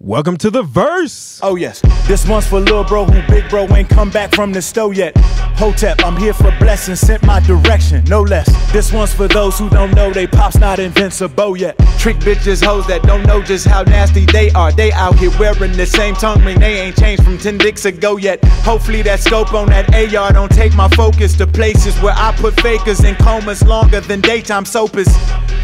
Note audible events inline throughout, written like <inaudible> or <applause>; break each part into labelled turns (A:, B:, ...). A: Welcome to the verse.
B: Oh yes, this one's for little bro who big bro ain't come back from the store yet. Hotep, I'm here for blessing, sent my direction, no less. This one's for those who don't know they pops not invincible yet.
C: Trick bitches, hoes that don't know just how nasty they are. They out here wearing the same tongue ring. They ain't changed from 10 dicks ago yet. Hopefully that scope on that AR don't take my focus to places where I put fakers in comas longer than daytime soapers.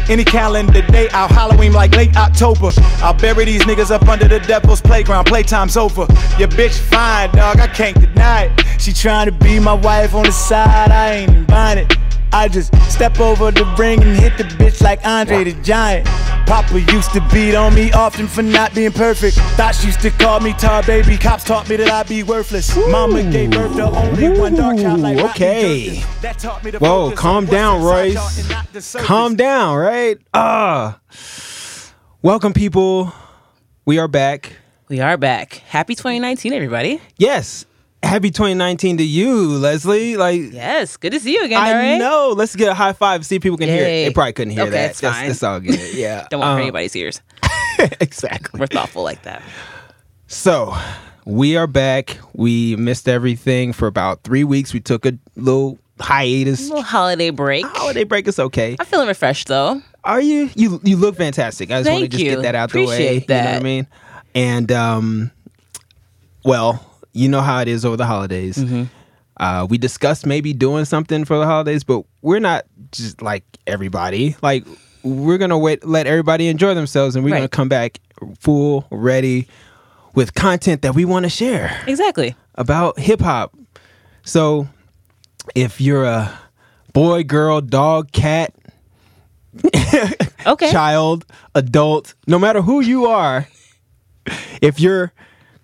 C: Any calendar day, I'll Halloween like late October. I'll bury these niggas up under the devil's playground. Playtime's over. Your bitch fine, dog. I can't deny it.
B: She trying to be my wife on the side. I ain't even buying it. I just step over the ring and hit the bitch like Andre the Giant. Papa used to beat on me often for not being perfect. Thoughts used to call me tar baby. Cops taught me that I'd be worthless. Mama gave birth to only one dark child like
A: Ooh,
B: Rodney
A: okay.
B: Jerkins. That taught me to
A: Whoa,
B: focus
A: calm
B: on
A: down,
B: what's inside,
A: Royce.
B: y'all, and not the surface.
A: Calm down, right? Ah. Welcome, people. We are back.
D: We are back. Happy 2019, everybody.
A: Yes. Happy 2019 to you, Leslie. Like,
D: Yes, good to see you again.
A: I
D: all right?
A: know. Let's get a high five. See if people can hear it.
D: Yay.
A: They probably couldn't hear
D: Okay,
A: that.
D: it's
A: That's-
D: fine.
A: That's, all
D: <laughs>
A: good. Yeah.
D: Don't want to hurt
A: Um, <laughs>
D: anybody's ears.
A: exactly.
D: We're thoughtful like
A: <laughs>
D: that.
A: So we are back. We missed everything for about three weeks. We took a little hiatus.
D: little holiday break.
A: Holiday break is okay.
D: I'm feeling refreshed though.
A: Are you? You you look fantastic. I just want to
D: Thank
A: just
D: you.
A: get that out the way.
D: Appreciate
A: You know what I
D: that.
A: mean? And um, well, you know how it is over the holidays.
D: Mm-hmm.
A: Uh, we discussed maybe doing something for the holidays, but we're not just like everybody. Like we're gonna wait, let everybody enjoy themselves, and we're
D: Right.
A: gonna come back full ready with content that we want to share
D: Exactly.
A: about hip hop. So if you're a boy, girl, dog, cat,
D: Okay.
A: child, adult, no matter who you are, if you're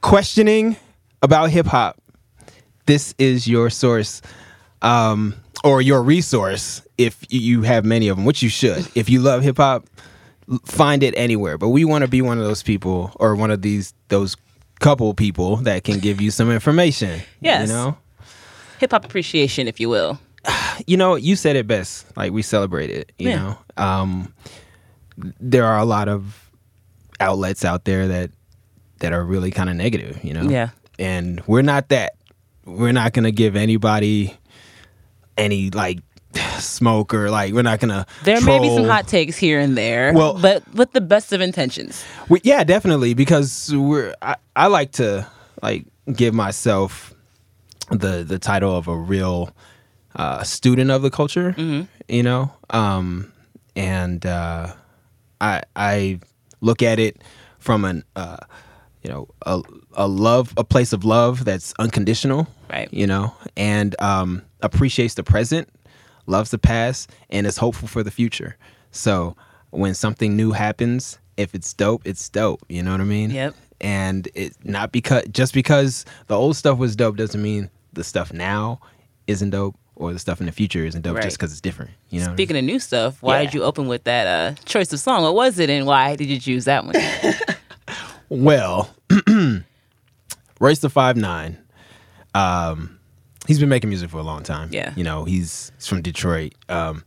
A: questioning about hip hop, this is your source um, or your resource if y- you have many of them, which you should. If you love hip hop, l- find it anywhere. But we want to be one of those people or one of these those couple people that can give you some information.
D: Yes.
A: You know?
D: Hip hop appreciation, if you will.
A: you know, you said it best. Like we celebrate it. You
D: Yeah.
A: know, um, there are a lot of outlets out there that that are really kind of negative. You know,
D: Yeah.
A: And we're not that. We're not gonna give anybody any like smoke or like we're not gonna.
D: There may be some
A: troll.
D: hot takes here and there.
A: Well-
D: but with the best of intentions.
A: We, yeah, definitely because we're. I, I like to like give myself the the title of a real uh, student of the culture.
D: Mm-hmm.
A: You know, um, and uh, I I look at it from an uh, you know a a love a place of love that's unconditional.
D: Right.
A: You know, and um, appreciates the present, loves the past, and is hopeful for the future. So when something new happens, if it's dope, it's dope. You know what I mean?
D: Yep.
A: And it not because just because the old stuff was dope doesn't mean the stuff now isn't dope or the stuff in the future isn't dope just
D: Right.
A: because it's different. You know. what I mean?
D: Speaking of new stuff, why did you open with that uh, choice of song? What was it, and why did you choose that one?
A: Well, <clears throat> Royce the Five Nine. Um, he's been making music for a long time.
D: Yeah.
A: you know he's, he's from Detroit. Um,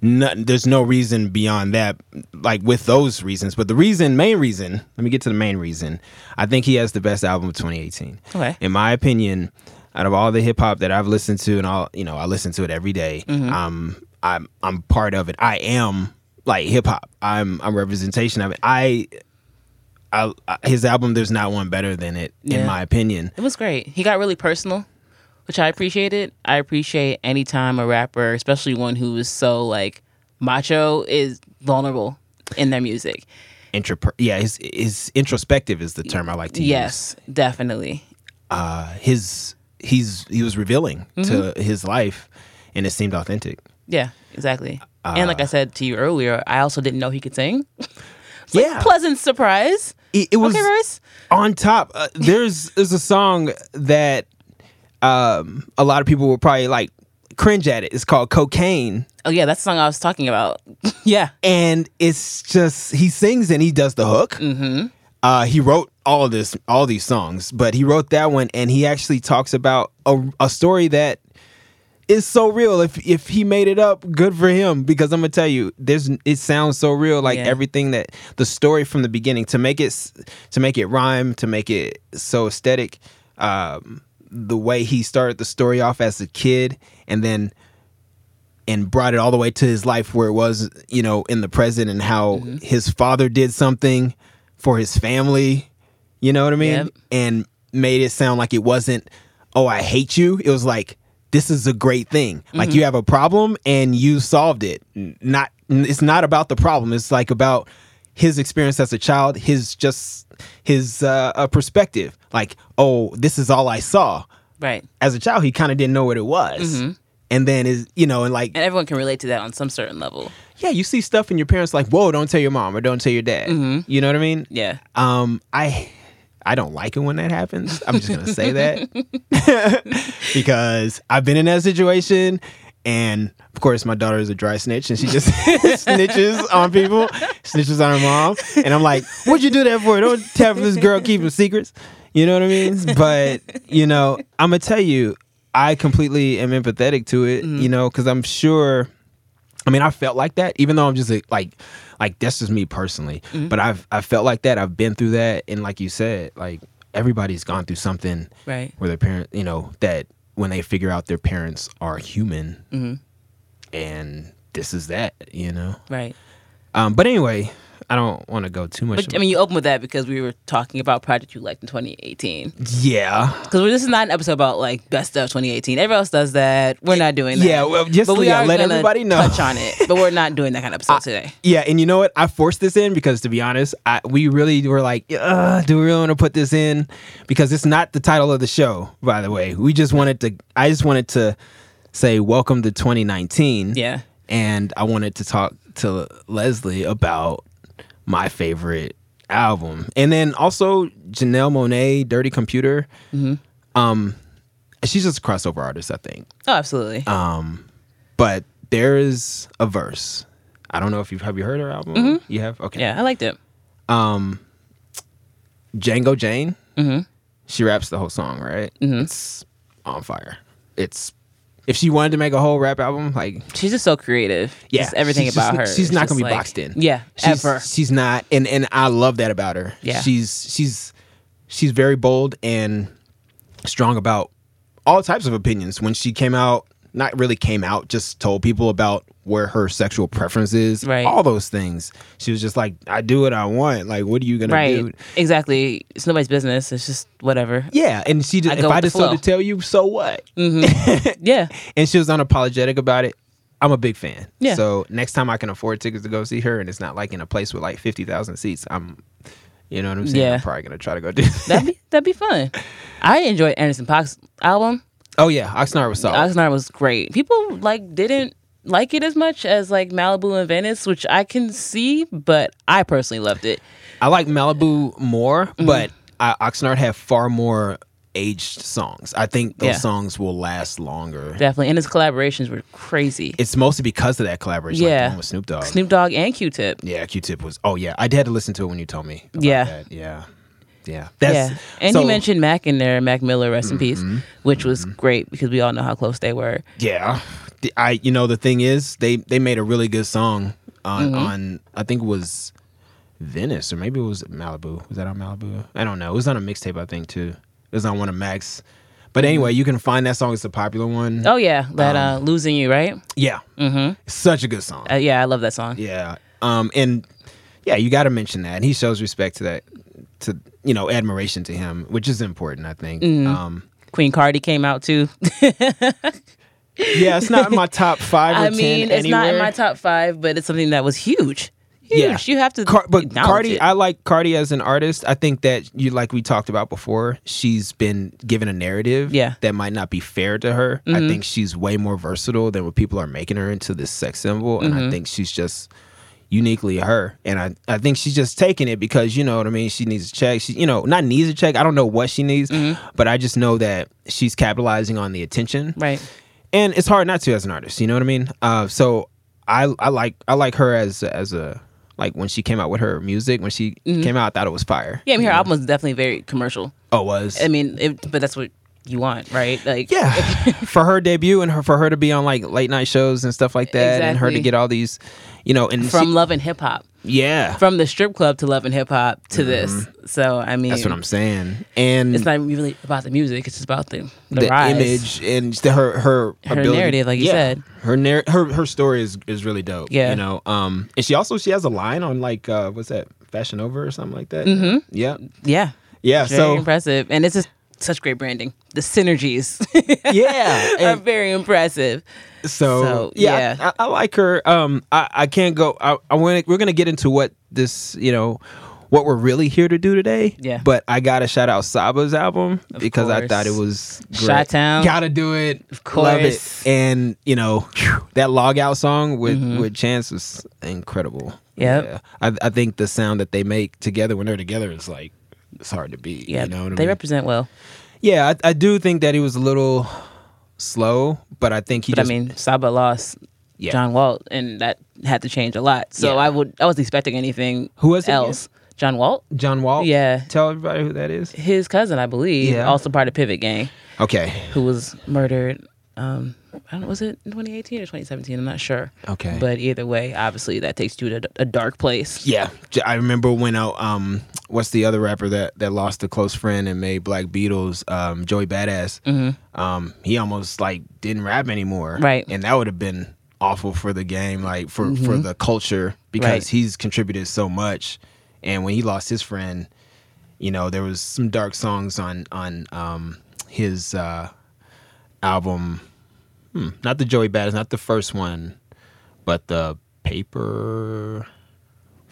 A: no, there's no reason beyond that, like with those reasons. But the reason, main reason, let me get to the main reason. I think he has the best album of 2018.
D: Okay.
A: In my opinion, out of all the hip hop that I've listened to, and all you know, I listen to it every day,
D: Mm-hmm.
A: Um, I'm I'm part of it. I am like hip hop. I'm I'm representation of it. I I, I- uh, his album there's not one better than it in
D: Yeah.
A: my opinion
D: It was great. He got really personal, which I appreciated. I appreciate any time a rapper, especially one who is so like macho, is vulnerable in their music.
A: Introp- yeah his, his introspective is the term i like to
D: Yes, definitely.
A: use his he's he was revealing
D: Mm-hmm.
A: to his life and it seemed authentic
D: Yeah, exactly.
A: Uh,
D: and like I said to you earlier, I also didn't know he could sing.
A: yeah
D: Pleasant surprise.
A: it, it was
D: okay, Royce.
A: on top uh, there's there's a song that um a lot of people will probably like cringe at it it's called cocaine
D: Oh yeah, that's the song I was talking about. <laughs> yeah,
A: and it's just he sings and he does the hook. Mm-hmm. Uh, he wrote all of this, all these songs, but he wrote that one, and he actually talks about a, a story that is so real. If if he made it up, good for him. Because I'm gonna tell you, there's it sounds so real. Like
D: Yeah.
A: everything that the story from the beginning to make it s- to make it rhyme to make it so aesthetic. Um, the way he started the story off as a kid and then and brought it all the way to his life where it was, you know, in the present and how his father did something for his family, you know what I mean?
D: Yep.
A: And made it sound like it wasn't, oh, I hate you. It was like, this is a great thing. Like you have a problem and you solved it. N- Not n- it's not about the problem. It's like about his experience as a child, his just his uh, uh perspective. Like, oh, this is all I saw.
D: Right.
A: As a child, he kind of didn't know what it was. And then is you know, and like
D: And everyone can relate to that on some certain level.
A: yeah, you see stuff and your parents like, whoa, don't tell your mom or don't tell your dad. You know what I mean?
D: Yeah.
A: Um, I I don't like it when that happens. I'm just gonna say that <laughs> because I've been in that situation, and of course, my daughter is a dry snitch, and she just <laughs> snitches on people, snitches on her mom, and I'm like, "What'd you do that for? Don't tell this girl keeping secrets." You know what I mean? But you know, I'm gonna tell you, I completely am empathetic to it. You know, because I'm sure. I mean, I felt like that, even though I'm just like, like, like that's just me personally.
D: Mm-hmm.
A: But I've I felt like that. I've been through that, and like you said, like everybody's gone through something
D: Right.
A: where their parent, you know, that when they figure out their parents are human,
D: Mm-hmm.
A: and this is that, you know.
D: Right.
A: Um, but anyway, I don't want to go too much.
D: But I mean, you open with that because we were talking about project you liked in 2018.
A: yeah,
D: Because this is not an episode about like best of 2018. Everyone else does that. We're not doing that.
A: Yeah, well, just-
D: but we
A: yeah,
D: are
A: let
D: gonna
A: everybody know. Uh,
D: Touch on it, but we're not doing that kind
A: <laughs>
D: of episode today.
A: Yeah, and you know what? I forced this in because to be honest, I, we really were like, Ugh, do we really want to put this in? Because it's not the title of the show, by the way. We just wanted to. I just wanted to say welcome to 2019.
D: Yeah.
A: and I wanted to talk to Leslie about my favorite album, and then also Janelle Monet, "Dirty Computer."
D: Mm-hmm.
A: Um, she's just a crossover artist, I think.
D: Oh, absolutely.
A: um, But there is a verse. I don't know if you've have you heard her album. You have okay.
D: Mm-hmm. yeah, I liked it.
A: Django Jane.
D: Mm-hmm.
A: She raps the whole song, right? It's on fire. It's if she wanted to make a whole rap album, like
D: She's just so creative.
A: yeah,
D: Just everything
A: she's just-
D: about her.
A: She's
D: is
A: not
D: just
A: gonna be
D: like-
A: boxed in.
D: Yeah,
A: she's,
D: ever.
A: She's not, and and I love that about her.
D: Yeah.
A: she's she's she's very bold and strong about all types of opinions. When she came out, not really came out, just told people about where her sexual preference is,
D: Right.
A: All those things. She was just like, I do what I want. Like, what are you gonna
D: Right.
A: do?
D: Exactly. It's nobody's business. It's just whatever.
A: Yeah, and she just,
D: I
A: if
D: go
A: I
D: with the
A: decide
D: flow. Mm.
A: to tell you, so what?
D: Yeah.
A: And she was unapologetic about it. I'm a big fan.
D: Yeah.
A: So next time I can afford tickets to go see her, and it's not like in a place with like fifty thousand seats, I'm, you know what I'm saying?
D: Yeah.
A: I'm probably gonna try to go do. <laughs> That.
D: That'd be that'd be fun. I enjoyed Anderson Pox album.
A: Oh yeah, Oxnard was solid.
D: Oxnard was great. People like didn't like it as much as like Malibu and Venice, which I can see, but I personally loved it.
A: I like Malibu more,
D: Mm-hmm.
A: but I, Oxnard had far more aged songs. I think those
D: Yeah.
A: songs will last longer.
D: Definitely. And his collaborations were crazy.
A: it's mostly because of that collaboration, like the
D: yeah.
A: one with Snoop Dogg.
D: Snoop Dogg and Q Tip.
A: yeah, Q-Tip was. Oh yeah, I had to listen to it when you told me. about
D: Yeah.
A: that. yeah, yeah.
D: Yeah. And
A: so- Mm-hmm.
D: he mentioned Mac in there, Mac Miller, rest in peace, which was great because we all know how close they were.
A: Yeah, The- I you know the thing is they they made a really good song on
D: Mm-hmm.
A: on I think it was Venice or maybe it was Malibu. Was that on Malibu? I don't know. It was on a mixtape I think too. It was on one of Max. But anyway, you can find that song. It's a popular one.
D: Mm-hmm. Oh yeah, that
A: Um,
D: uh losing you, right?
A: Yeah, mm-hmm. such a good song.
D: Uh, yeah, I love that song.
A: yeah, um, and yeah, you got to mention that. And he shows respect to that, to you know, admiration to him, which is important. I think.
D: Mm.
A: Um,
D: Queen Cardi came
A: <laughs>
D: out too.
A: yeah, it's not in my top five. Or
D: <laughs> I mean,
A: 10
D: it's not in
A: anywhere.
D: my top five, but it's something that was huge. Huge. You have to
A: Car- but
D: acknowledge
A: Cardi,
D: it.
A: I like Cardi as an artist. I think that you like we talked about before. She's been given a narrative
D: Yeah. Mm-hmm.
A: that might not be fair to her. I think she's way more versatile than what people are making her into this sex symbol, and
D: Mm-hmm.
A: I think she's just uniquely her. And I, I think she's just taking it because you know what I mean. She needs a check. She you know not needs a check. I don't know what she needs, but I just know that she's capitalizing on the attention
D: Mm-hmm. Right.
A: and it's hard not to as an artist. You know what I mean? Uh, so I I like I like her as as a like when she came out with her music when
D: Mm-hmm.
A: she came out I thought it was fire.
D: Yeah, I mean, her album was definitely very commercial.
A: Oh, it was
D: I mean, it, but that's what you want, right? Like <laughs>
A: Yeah, for her debut and her, for her to be on like late night shows and stuff like that, and her to
D: Exactly.
A: get all these, you know, and
D: from Love and Hip Hop,
A: she- yeah,
D: from the strip club to Love and Hip Hop to this. So I
A: Mm-hmm.
D: mean,
A: that's what I'm saying. And
D: It's not even really about the music; it's just about the the,
A: the
D: rise.
A: image and the, her her
D: Her
A: ability-
D: narrative, like you
A: Yeah.
D: said.
A: her narr- her her story is is really dope.
D: Yeah.
A: you know, um, and she also she has a line on like uh, what's that Fashion Over or something like that. Mm-hmm. Yeah,
D: Yeah,
A: yeah.
D: very
A: so
D: impressive, and it's just such great branding. The synergies
A: <laughs>
D: <laughs>
A: yeah,
D: are
A: and
D: very impressive.
A: so,
D: so,
A: yeah,
D: yeah.
A: I, I like her. Um, I I can't go. I I want we're gonna get into what this you know. What we're really here to do today,
D: Yeah.
A: But I gotta shout out Saba's album because I
D: course.
A: thought it was great.
D: Chi-town.
A: Gotta do it.
D: Of
A: Love it.
D: course.
A: And you know phew, that log out song with with Chance was incredible.
D: Mm-hmm. Yep.
A: I, I think the sound that they make together when they're together is like it's hard to beat.
D: Yeah,
A: You know what I
D: they
A: mean?
D: represent well.
A: yeah, I, I do think that he was a little slow, but I think he
D: But
A: just
D: I mean, Saba lost
A: Yeah.
D: John Walt, and that had to change a lot. So
A: Yeah.
D: I would I was expecting anything.
A: Who was it again?
D: else? John Walt,
A: John Wall.
D: Yeah.
A: Tell everybody who that is.
D: his cousin, I believe,
A: Yeah.
D: also part of Pivot Gang,
A: Okay.
D: who was murdered. Um, I don't, was it in 2018 or 2017? I'm not sure.
A: Okay.
D: But either way, obviously that takes you to a dark place.
A: Yeah, J- I remember when I, um, what's the other rapper that that lost a close friend and made Black Beatles, um, Joey Badass. Um, he almost like didn't rap anymore,
D: Mm-hmm. Right. Mm-hmm.
A: And that would have been awful for the game, like for for the culture because
D: Right.
A: he's contributed so much. And when he lost his friend, you know, there was some dark songs on on um his uh album. Hmm, not the Joey Badass, not the first one, but the paper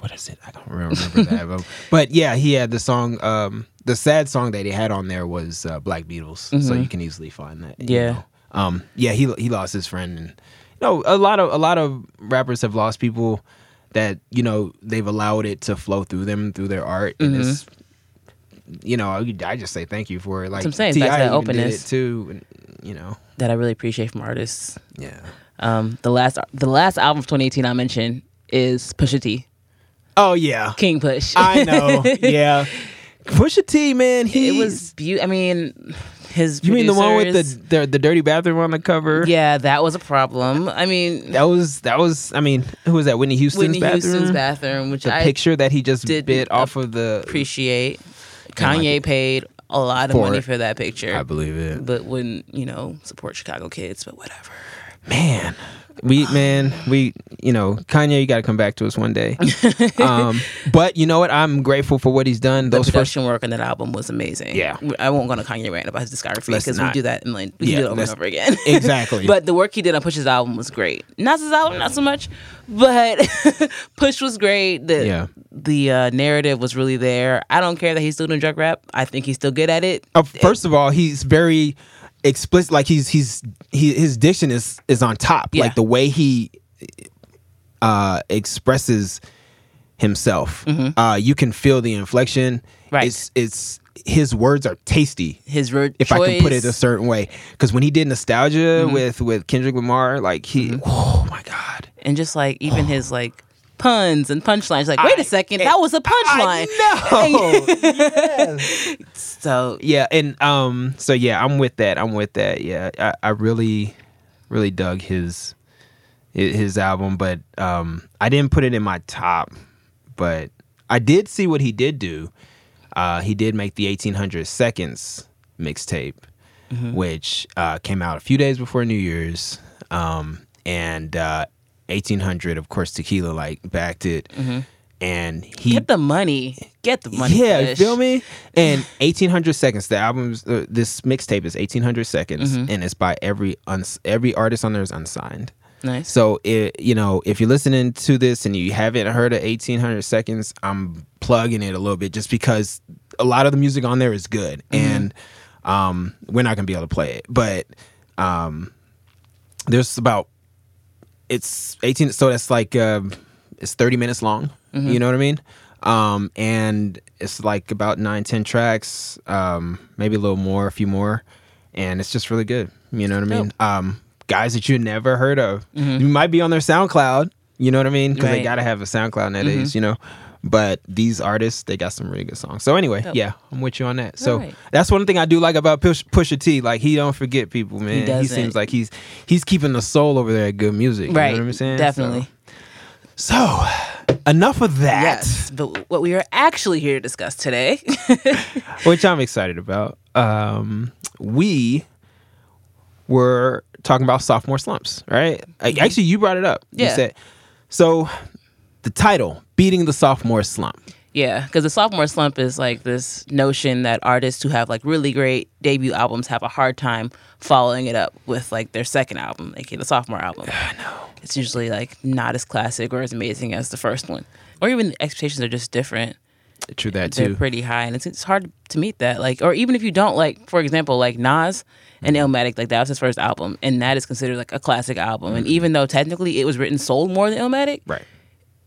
A: what is it? I don't remember that.
D: <laughs>
A: album. But yeah, he had the song. Um, the sad song that he had on there was uh, Black Beatles, so you can easily find that. you
D: Mm-hmm. Yeah.
A: know. Um, yeah, he he lost his friend, and you know, a lot of a lot of rappers have lost people that you know they've allowed it to flow through them through their art, and
D: Mm-hmm.
A: it's you know I, I just say thank you for it. Like
D: what I'm saying,
A: T.I.
D: back to that
A: even did
D: openness.
A: it too, and, you know.
D: that I really appreciate from artists.
A: Yeah.
D: Um, the last the last album of 2018 I mentioned is Pusha T,
A: Oh yeah,
D: King Push.
A: I
D: <laughs>
A: know. yeah, Pusha T, man, he
D: it was beautiful. I mean, his
A: You mean the one with
D: producers-
A: the, the the dirty bathroom on the cover?
D: yeah, that was a problem. I mean,
A: That was that was I mean, who was that? Whitney Houston's
D: Whitney
A: bathroom.
D: Houston's bathroom, which
A: the
D: I
A: picture that he just
D: didn't
A: bit off of the
D: appreciate.
A: like
D: Kanye
A: it.
D: paid a lot of
A: For
D: money
A: it.
D: for that picture,
A: I believe it.
D: but wouldn't you know support Chicago kids? But whatever.
A: Man. We man, we you know, Kanye, you gotta come back to us one
D: <laughs>
A: day. um but you know what? I'm grateful for what he's done.
D: The
A: Those first
D: production work on that album was amazing.
A: Yeah.
D: I won't go on a Kanye rant about his discography
A: Let's
D: because we
A: not.
D: do that and like we
A: Yeah,
D: do it over
A: let's-
D: and over again. <laughs>
A: Exactly.
D: but the work he did on Push's album was great. Nas's album, not so much, but <laughs> Push was great. The
A: Yeah.
D: the uh, narrative was really there. I don't care that he's still doing drug rap. I think he's still good at it.
A: Uh, first of all, he's very explicit. Like he's he's he, his diction is is on top.
D: Yeah.
A: Like the way he uh, expresses himself, uh, you can feel the inflection.
D: Mm-hmm. Right.
A: It's it's his words are tasty.
D: His word
A: If I can put it a
D: choice, Mm-hmm.
A: certain way, because when he did nostalgia with with Kendrick Lamar, like he, oh my god,
D: and just like even his like puns and punchlines. Like, wait a second, that was a punchline.
A: I know.
D: <laughs> So
A: yeah and um so yeah i'm with that i'm with that yeah i, I really really dug his hi- his album but um i didn't put it in my top but i did see what he did do uh he did make the 1800 seconds mixtape which uh came out a few days before new year's um and uh 1800 of course tequila like backed it and he
D: get the money, get the money.
A: yeah, you
D: Push.
A: feel me? And 1800 seconds. The album's uh, this mixtape is 1800 seconds, and it's by every uns- every artist on there is unsigned.
D: Nice.
A: So it, you know, if you're listening to this and you haven't heard of 1800 seconds, I'm plugging it a little bit just because a lot of the music on there is good, and um, we're not gonna be able to play it. But um, there's about it's 18 so that's like uh, it's 30 minutes long you know what i mean um and it's like about 9 10 tracks um maybe a little more a few more and it's just really good you know what i mean um guys that you never heard of you might be on their soundcloud you know what i mean because they
D: Right.
A: gotta have a soundcloud nowadays you know But these artists, they got some really good songs. So anyway,
D: Dope.
A: yeah, I'm with you on that. So
D: Alright.
A: that's one thing I do like about Push, Pusha T. Like he don't forget people, man. He,
D: doesn't.
A: seems like he's he's keeping the soul over there at good music.
D: Right.
A: You know what I'm saying?
D: Definitely.
A: So, <sighs> so, enough of that,
D: Yes. But what we are actually here to discuss today. <laughs>
A: which I'm excited about. Um, we were talking about sophomore slumps, right? Uh, Actually, you brought it up. You
D: Mm-hmm. Yeah.
A: said so. The title, beating the sophomore slump.
D: yeah. Because the sophomore slump is like this notion that artists who have like really great debut albums have a hard time following it up with like their second album, aka the sophomore album. It's usually like not as classic or as amazing as the first one. Or even the expectations are just different.
A: True that
D: they're
A: too.
D: pretty high, and it's, it's hard to meet that. Like, or even if you don't like, for example, like Nas and
A: Mm-hmm.
D: Illmatic, like that was his first album, and that is considered like a classic album. And even though technically it was written sold more than Illmatic,
A: Mm-hmm. right.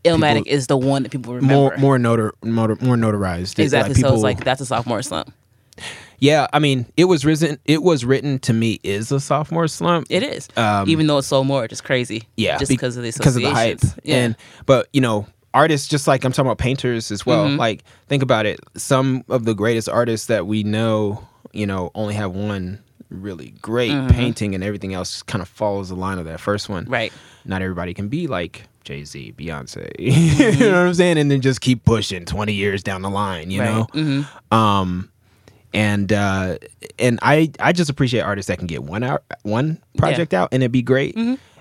D: Illmatic
A: People-
D: is the one that people remember.
A: More more notar motor, more notarized. It's like
D: exactly. so
A: people-
D: it's like that's a sophomore slump.
A: yeah. I mean, it was risen. It was written to me is a sophomore slump.
D: It is,
A: Um,
D: even though it's sold more, it's just crazy.
A: yeah
D: just
A: be-
D: because of the
A: because of the hype
D: associations. Yeah.
A: and but you know artists just like i'm talking about painters as
D: Mm-hmm.
A: well like think about it some of the greatest artists that we know you know only have one really great
D: Mm-hmm.
A: painting and everything else kind of follows the line of that first one
D: Right.
A: not everybody can be like jay-z beyonce <laughs> you
D: Mm-hmm.
A: know what i'm saying and then just keep pushing 20 years down the line you
D: Right. Mm-hmm.
A: know um and uh and i i just appreciate artists that can get one out one project out and it'd be great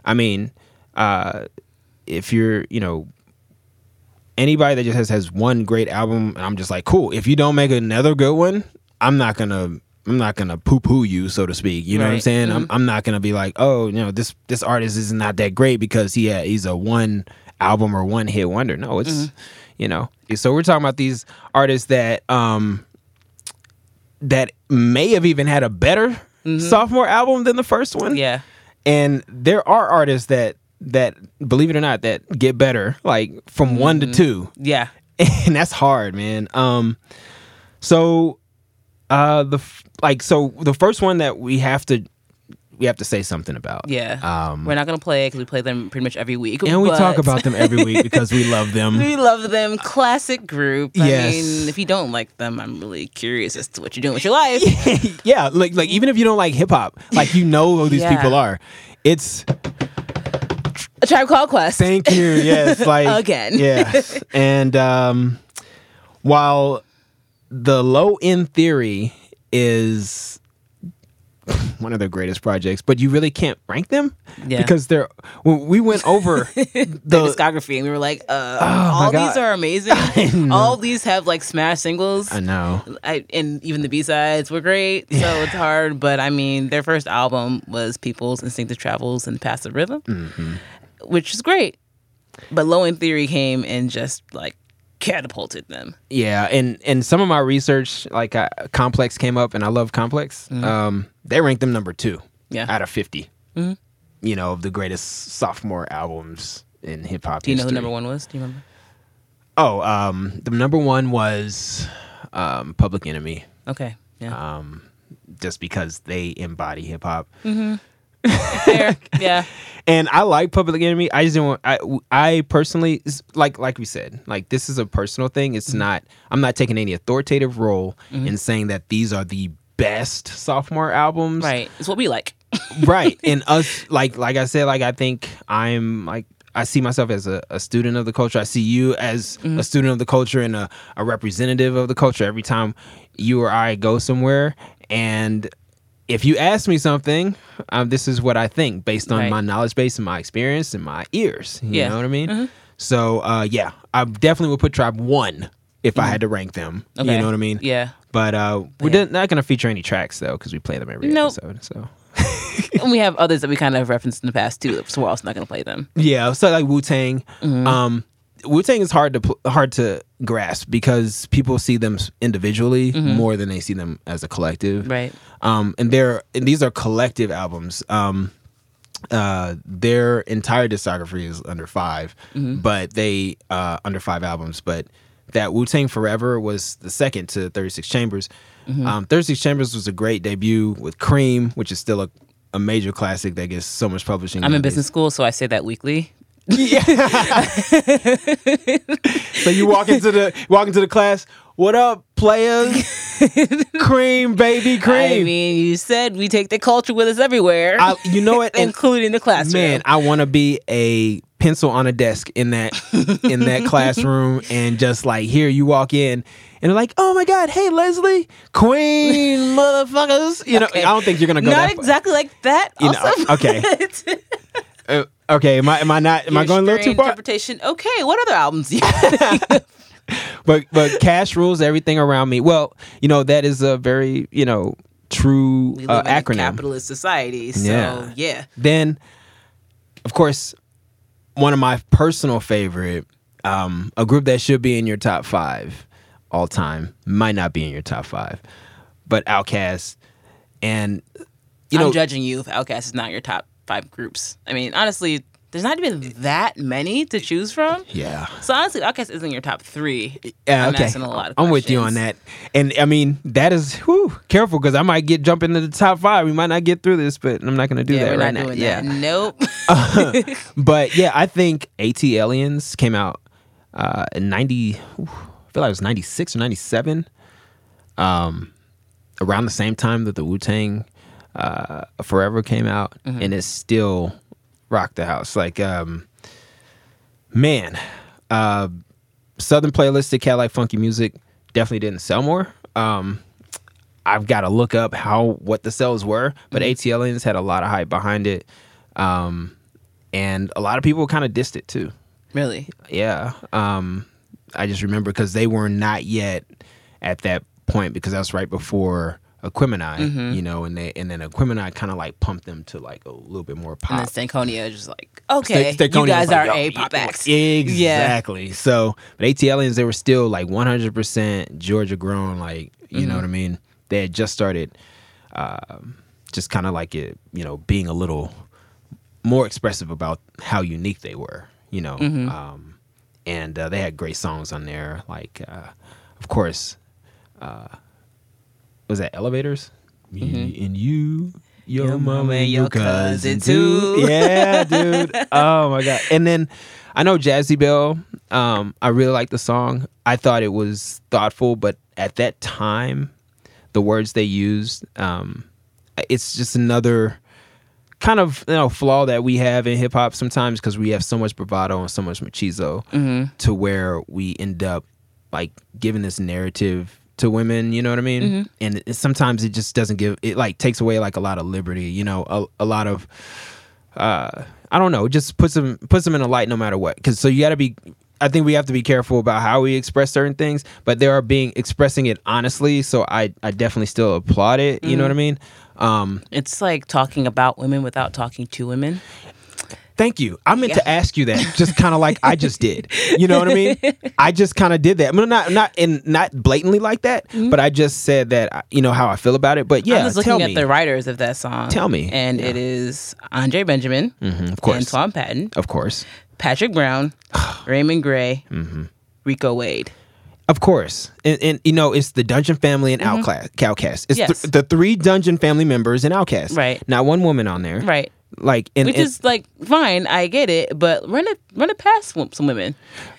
A: i mean uh if you're you know anybody that just has has one great album and i'm just like cool if you don't make another good one i'm not gonna i'm not gonna poo-poo you so to speak you know what i'm
D: Right.
A: saying I'm, I'm not gonna be like oh you know this this artist is not that great because he had, he's a one album or one hit wonder no it's you know so we're talking about these artists that um that may have even had a better sophomore album than the first one
D: Mm-hmm. yeah,
A: and there are artists that that believe it or not that get better like from one
D: Mm-hmm.
A: to two <laughs>
D: yeah,
A: and that's hard man um so uh the f- like so the first one that we have to we have to say something about
D: yeah.
A: um
D: We're not gonna play it because we play them pretty much every week,
A: and we talk
D: but-
A: about them every
D: <laughs>
A: week because we love them
D: We love them. Classic group. I
A: Yes.
D: mean, if you don't like them, I'm really curious as to what you're doing with your life.
A: <laughs> yeah like like even if you don't like hip-hop like you know who these
D: Yeah.
A: people are it's
D: A Tribe Called Quest.
A: Thank you.
D: <laughs>
A: Yes, like
D: Again. <laughs>
A: Yes, and um, while the low end theory is one of their greatest projects, but you really can't rank them
D: Yeah.
A: because they're. When we went
D: <laughs>
A: over
D: Their
A: the.
D: discography, and we were like, uh,
A: Oh my
D: all
A: God.
D: these are
A: <laughs>
D: amazing. all these have like smash singles,
A: I know.
D: I, and even the B sides were great. So it's hard, but I mean, their first album was People's Instinctive Travels and Passive Rhythm,
A: Mm-hmm.
D: which is great. But Low in Theory came and just like catapulted them.
A: Yeah, and and some of my research, like I, Complex came up, and I love Complex. Um, they ranked them number two.
D: Mm-hmm. Yeah. Mm-hmm.
A: out of 50 You know, of the greatest sophomore albums in hip hop.
D: Do you know who number one was? Do you remember?
A: Oh, um, the number one was um, Public Enemy,
D: Okay. Yeah.
A: just because they embody hip hop, Uh,
D: Fair. <laughs> Yeah.
A: and I like Public Enemy. I just didn't. Want, I I personally it's like like we said, like this is a personal thing. It's not. I'm not taking any authoritative role in saying that these are the best sophomore albums.
D: Right. It's what
A: <laughs>
D: we like.
A: right and us like like i said like i think i'm like i see myself as a, a student of the culture i see you as
D: Mm-hmm.
A: a student of the culture and a, a representative of the culture every time you or i go somewhere and if you ask me something um, this is what i think based on
D: Right.
A: my knowledge base and my experience and my ears you
D: Yeah. Mm-hmm.
A: know what i mean so uh, yeah i definitely would put tribe one if i had to rank them you
D: Mm-hmm. Okay.
A: know what i mean
D: Yeah.
A: but uh, we're
D: Yeah.
A: not going to feature any tracks though because we play them every
D: Nope.
A: episode so
D: and we have others that we kind of referenced in the past too, so we're also not going to play them.
A: <laughs> Yeah, so like Wu Tang.
D: Mm-hmm.
A: Um, Wu Tang is hard to pl- hard to grasp because people see them s- individually more than they see them as a collective.
D: Mm-hmm. Right.
A: Um, and they're and these are collective albums. Um, uh, their entire discography is under 5
D: Mm-hmm.
A: but they uh, under five albums. But that Wu Tang Forever was the second to Thirty Six Chambers.
D: Mm-hmm.
A: Um, Thirty Six Chambers was a great debut with Cream, which is still a a major classic that gets so much publishing.
D: I'm in
A: nowadays.
D: business school, so I say that weekly.
A: So you walk into
D: <laughs>
A: the walk into the class. What up, players? cream, baby, cream.
D: I mean, you said we take the culture with us everywhere,
A: I- you know what? And-
D: <laughs> including the classroom.
A: Man, I want to be a pencil on a desk in that in
D: <laughs>
A: that classroom, and just like here, you walk in, and they're like, "Oh my God, hey Leslie,
D: <laughs>
A: Queen, motherfuckers!" You know,
D: Okay.
A: I don't think you're gonna go.
D: Not
A: that far.
D: exactly like that.
A: You know,
D: also, <laughs>
A: okay.
D: but-
A: Uh, okay, am I am I not am I
D: Your
A: going a little
D: stray
A: too far? Uh,
D: Interpretation. Okay, what other albums? do you have?
A: but but cash rules everything around me. Well, you know that is a very you know true
D: we
A: uh,
D: live in a
A: acronym.
D: capitalist society, so
A: Yeah.
D: yeah.
A: Then, of course, one of my personal favorite, um, a group that should be in your top five all time might not be in your top five, but Outkast and you know
D: I'm judging you if Outkast is not your top five groups. I mean, honestly, there's not even that many to choose from.
A: yeah.
D: So honestly, Outkast isn't your top three.
A: Yeah,
D: I'm
A: okay.
D: asking a lot of
A: I'm with you on
D: questions.
A: that. And I mean, that is whew, careful because I might get jump into the top five. We might not get through this, but I'm not going to do
D: Yeah,
A: that
D: we're
A: right
D: not
A: now.
D: doing
A: yeah,
D: that.
A: <laughs>
D: Nope.
A: but yeah, I think AT Aliens came out uh, in ninety. oof, I feel like it was ninety six or ninety seven. Um, around the same time that the Wu Tang uh, Forever came out, and it still rocked the house. Like, um, man, uh, Southern playlist of Cadillac Funky Music definitely didn't sell more. Um, I've got to look up how what the sales were, but AT Aliens had a lot of hype behind it. Um, and a lot of people kind of dissed it too.
D: really?
A: Yeah, um, I just remember because they were not yet at that point because that was right before Aquemini,
D: Mm-hmm.
A: you know, and they and then Aquemini kind of like pumped them to like a little bit more
D: And then
A: pop.
D: Stankonia is just like,
A: Ah. Sta-
D: okay,
A: Staconia
D: you
A: was
D: guys
A: like,
D: are
A: "Yo,
D: a
A: you-
D: pop act.
A: Exactly. So, but AT Aliens, they were still like 100% Georgia grown. Like, you
D: Mm-hmm.
A: know what I mean? They had just started, um, just kind of like it, you know, being a little more expressive about how unique they were, you know. Um, and uh, they had great songs on there. Like, uh, of course, uh, was that Elevators? Me and you. Mm-hmm. Your, mama and your cousin, too. Yeah, <laughs> dude. Oh my god. And then I know Jazzy Bell. Um, I really like the song. I thought it was thoughtful, but at that time, the words they used, um, it's just another kind of you know flaw that we have in hip hop sometimes because we have so much bravado and so much machismo to where we end up like giving this narrative to women you know what i mean and it- sometimes it just doesn't give it like takes away like a lot of liberty you know a, a lot of uh i don't know it just puts them puts them in a light no matter what because so you got to be i think we have to be careful about how we express certain things but they are being expressing it honestly so i i definitely still applaud it you know what i mean um
D: It's like talking about women without talking to women.
A: Thank you. I meant to ask you
D: <laughs>
A: that, just kind of like I just did. You know what I mean? I just kind of did that. I mean, not not and not blatantly like that, but I just said that I- you know how I feel about it. But yeah,
D: Mm-hmm. I was
A: tell
D: looking at
A: me.
D: the writers of that song.
A: Tell me.
D: And
A: Yeah. Mm-hmm,
D: it is Andre Benjamin,
A: of course,
D: Antoine Patton,
A: of course, <sighs>
D: Patrick Brown, Raymond Gray,
A: Mm-hmm.
D: Rico Wade.
A: of course, and, and you know it's the Dungeon family and Outcast, Outcast. It's
D: Mm-hmm. Yes.
A: th- the three Dungeon family members and Outcast.
D: Right.
A: Not one woman on there.
D: Right.
A: Like and,
D: Which
A: and-
D: is like fine, I get it, but run it run it past wo- some women.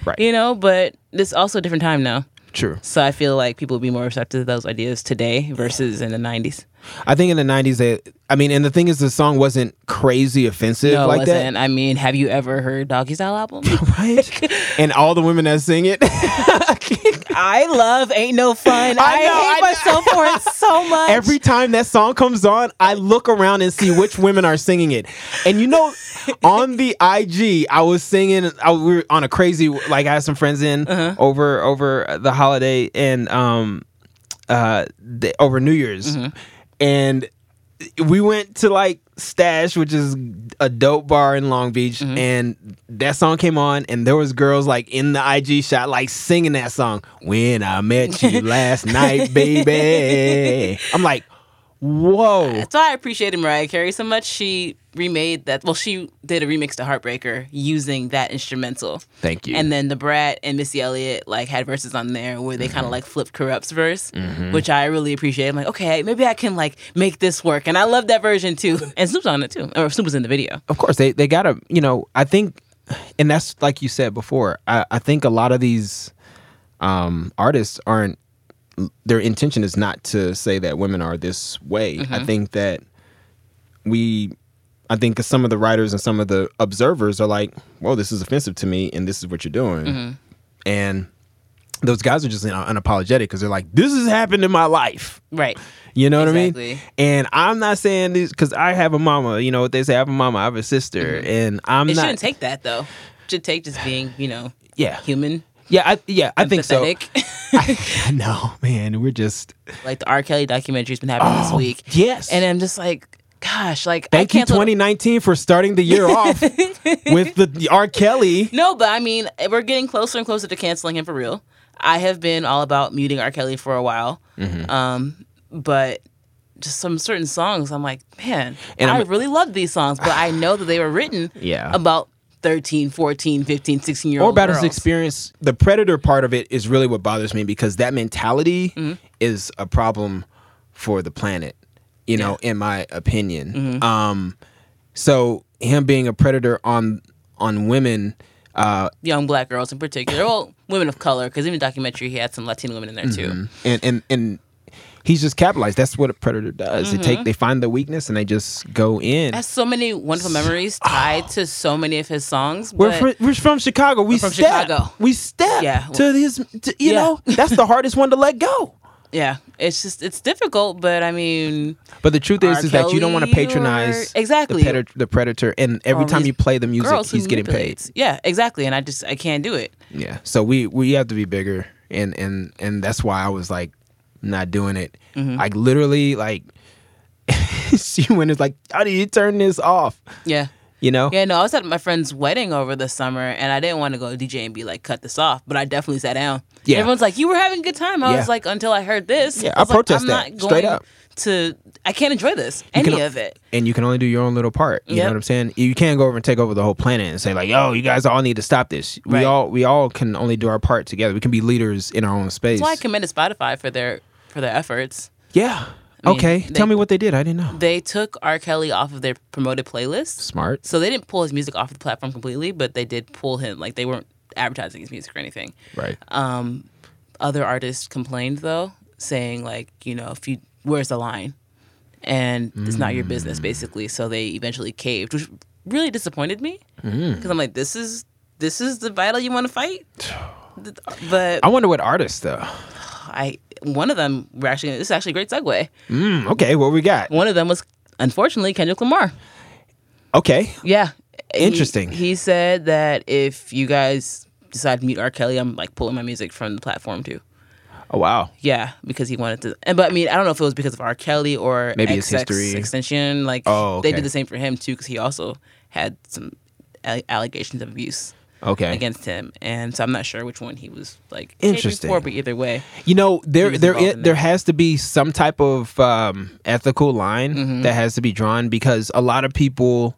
A: Right.
D: You know, but it's also a different time now.
A: true.
D: So I feel like people would be more receptive to those ideas today versus in the nineties.
A: I think in the '90s, they, I mean, and the thing is, the song wasn't crazy offensive
D: No, it
A: like that.
D: wasn't. I mean, have you ever heard Doggy
A: <laughs>
D: Style album? <laughs>
A: right? and all the women that sing it,
D: I love Ain't No Fun. I,
A: know,
D: hate
A: I know.
D: myself for
A: <laughs>
D: it so much.
A: every time that song comes on, I look around and see which women are singing it. And you know, on the IG, I was singing. I, we were on a crazy. Like I had some friends in over over the holiday and um, uh, the, over New Year's, and we went to like Stash, which is a dope bar in Long Beach, and that song came on, and there was girls like in the IG shot, like singing that song. When I met you last night, baby, I'm like, whoa,
D: <laughs> That's why I appreciated Mariah Carey so much. She remade that. Well, she did a remix to Heartbreaker using that instrumental.
A: thank you.
D: And then the Brat and Missy Elliott like had verses on there where they kind
A: Mm-hmm.
D: of like flipped Corrupt's verse, which I really appreciate. I'm like, okay, maybe I can like make this
A: <laughs>
D: work. And I love that version too. And Snoop's on it too, or Snoop was in the video.
A: of course they they gotta you know i think and that's like you said before. I, I think a lot of these um, artists aren't. Their intention is not to say that women are this way. I think that we. I think some of the writers and some of the observers are like, "Well, this is offensive to me, and this is what you're doing," and those guys are just you know, unapologetic because they're like, "This has happened in my life."
D: Right.
A: You know what I mean?
D: Exactly.
A: And I'm not saying this because I have a mama. You know what they say? I have a mama. I have a sister, and I'm
D: Mm-hmm. it
A: not.
D: shouldn't take that though. It should take just being, you know,
A: yeah,
D: human,
A: yeah, I, yeah. I think so.
D: pathetic.
A: <laughs> I know, man. We're just
D: <laughs> like the R. Kelly documentary's been happening this week.
A: Oh, yes.
D: And I'm just like, gosh, like I
A: thank you,
D: can't
A: 2019, for starting the year
D: <laughs>
A: off with the, the R. Kelly.
D: No, but I mean, we're getting closer and closer to canceling him for real. I have been all about muting R. Kelly for a while,
A: Mm-hmm.
D: um, but just some certain songs, I'm like, man,
A: And
D: I
A: I'm-
D: really love these songs, but I know that they were written
A: <sighs> Yeah.
D: about 13, 14, 15, 16 year old
A: Or about his
D: <laughs> girls.
A: experience. The predator part of it is really what bothers me because that mentality
D: Mm-hmm.
A: is a problem for the planet. You know, in my opinion.
D: Mm-hmm.
A: Um, so him being a predator on on women. Uh,
D: young black girls in particular, well, women of color, because in the documentary he had some Latina women in there too.
A: and and and he's just capitalized. That's what a predator does. They
D: Mm-hmm.
A: take they find the weakness and they just go in.
D: Has so many wonderful memories tied to so many of his songs.
A: We're
D: but
A: from, we're from Chicago. We
D: from
A: step.
D: Chicago.
A: We step
D: Yeah.
A: to his. To, you
D: Yeah.
A: know, that's the hardest one to let go.
D: yeah, it's just it's difficult, but I mean,
A: But the truth is,
D: R.
A: is that you don't want to
D: Kelly or-
A: patronize
D: Exactly.
A: the, predator, the predator. And every
D: Or
A: time
D: these
A: you play the music,
D: girls who
A: he's getting paid.
D: manipulates. Yeah, exactly. And I just I can't do it.
A: Yeah. So we we have to be bigger, and and and that's why I was like not doing it.
D: Mm-hmm.
A: Like literally, like <laughs> she went is like, how do you turn this off?
D: Yeah.
A: You know.
D: Yeah, no, I was at my friend's wedding over the summer and I didn't want to go DJ and be like, cut this off, but I definitely sat down.
A: Yeah.
D: Everyone's like, you were having a good time. I
A: Yeah.
D: was like, until I heard this.
A: Yeah, I
D: was like,
A: protest
D: I'm
A: that,
D: not
A: straight
D: going
A: up.
D: To, I can't enjoy this, any
A: can-
D: of it.
A: and you can only do your own little part. You know
D: Yep.
A: what I'm saying? You can't go over and take over the whole planet and say like, "Yo, you guys all need to stop this." We
D: Right.
A: all we all can only do our part together. We can be leaders in our own space.
D: That's why I commended Spotify for their for their efforts.
A: yeah.
D: mean,
A: okay. Tell
D: they-
A: me what they did. I didn't know.
D: They took R. Kelly off of their promoted playlist.
A: Smart.
D: So they didn't pull his music off the platform completely, but they did pull him. Like they weren't advertising his music or anything.
A: Right.
D: Um, other artists complained though, saying like, you know, if you where's the line, and it's not your business
A: Mm.
D: basically. So they eventually caved, which really disappointed me because
A: Mm.
D: I'm like, this is this is the battle you want to
A: <sighs>
D: fight. Th- But
A: I wonder what artists though.
D: I one of them we're actually this is actually a great segue.
A: Hmm, okay, what we got?
D: One of them was unfortunately Kendrick Lamar.
A: Okay.
D: Yeah. He-
A: Interesting.
D: He, said that if you guys decide to mute R. Kelly, I'm like pulling my music from the platform too.
A: Oh wow.
D: Yeah, because he wanted to. And but I mean, I don't know if it was because of R. Kelly or
A: Maybe it's
D: XX
A: history.
D: extension. Like
A: Oh,
D: they
A: okay.
D: did the same for him too, because he also had some a- allegations of abuse
A: Okay.
D: against him, and so I'm not sure which one he was like catering
A: Interesting.
D: For, but either way,
A: You know, there
D: was
A: there
D: involved
A: i-
D: in
A: there
D: that.
A: has to be some type of um, ethical line
D: Mm-hmm.
A: that has to be drawn because a lot of people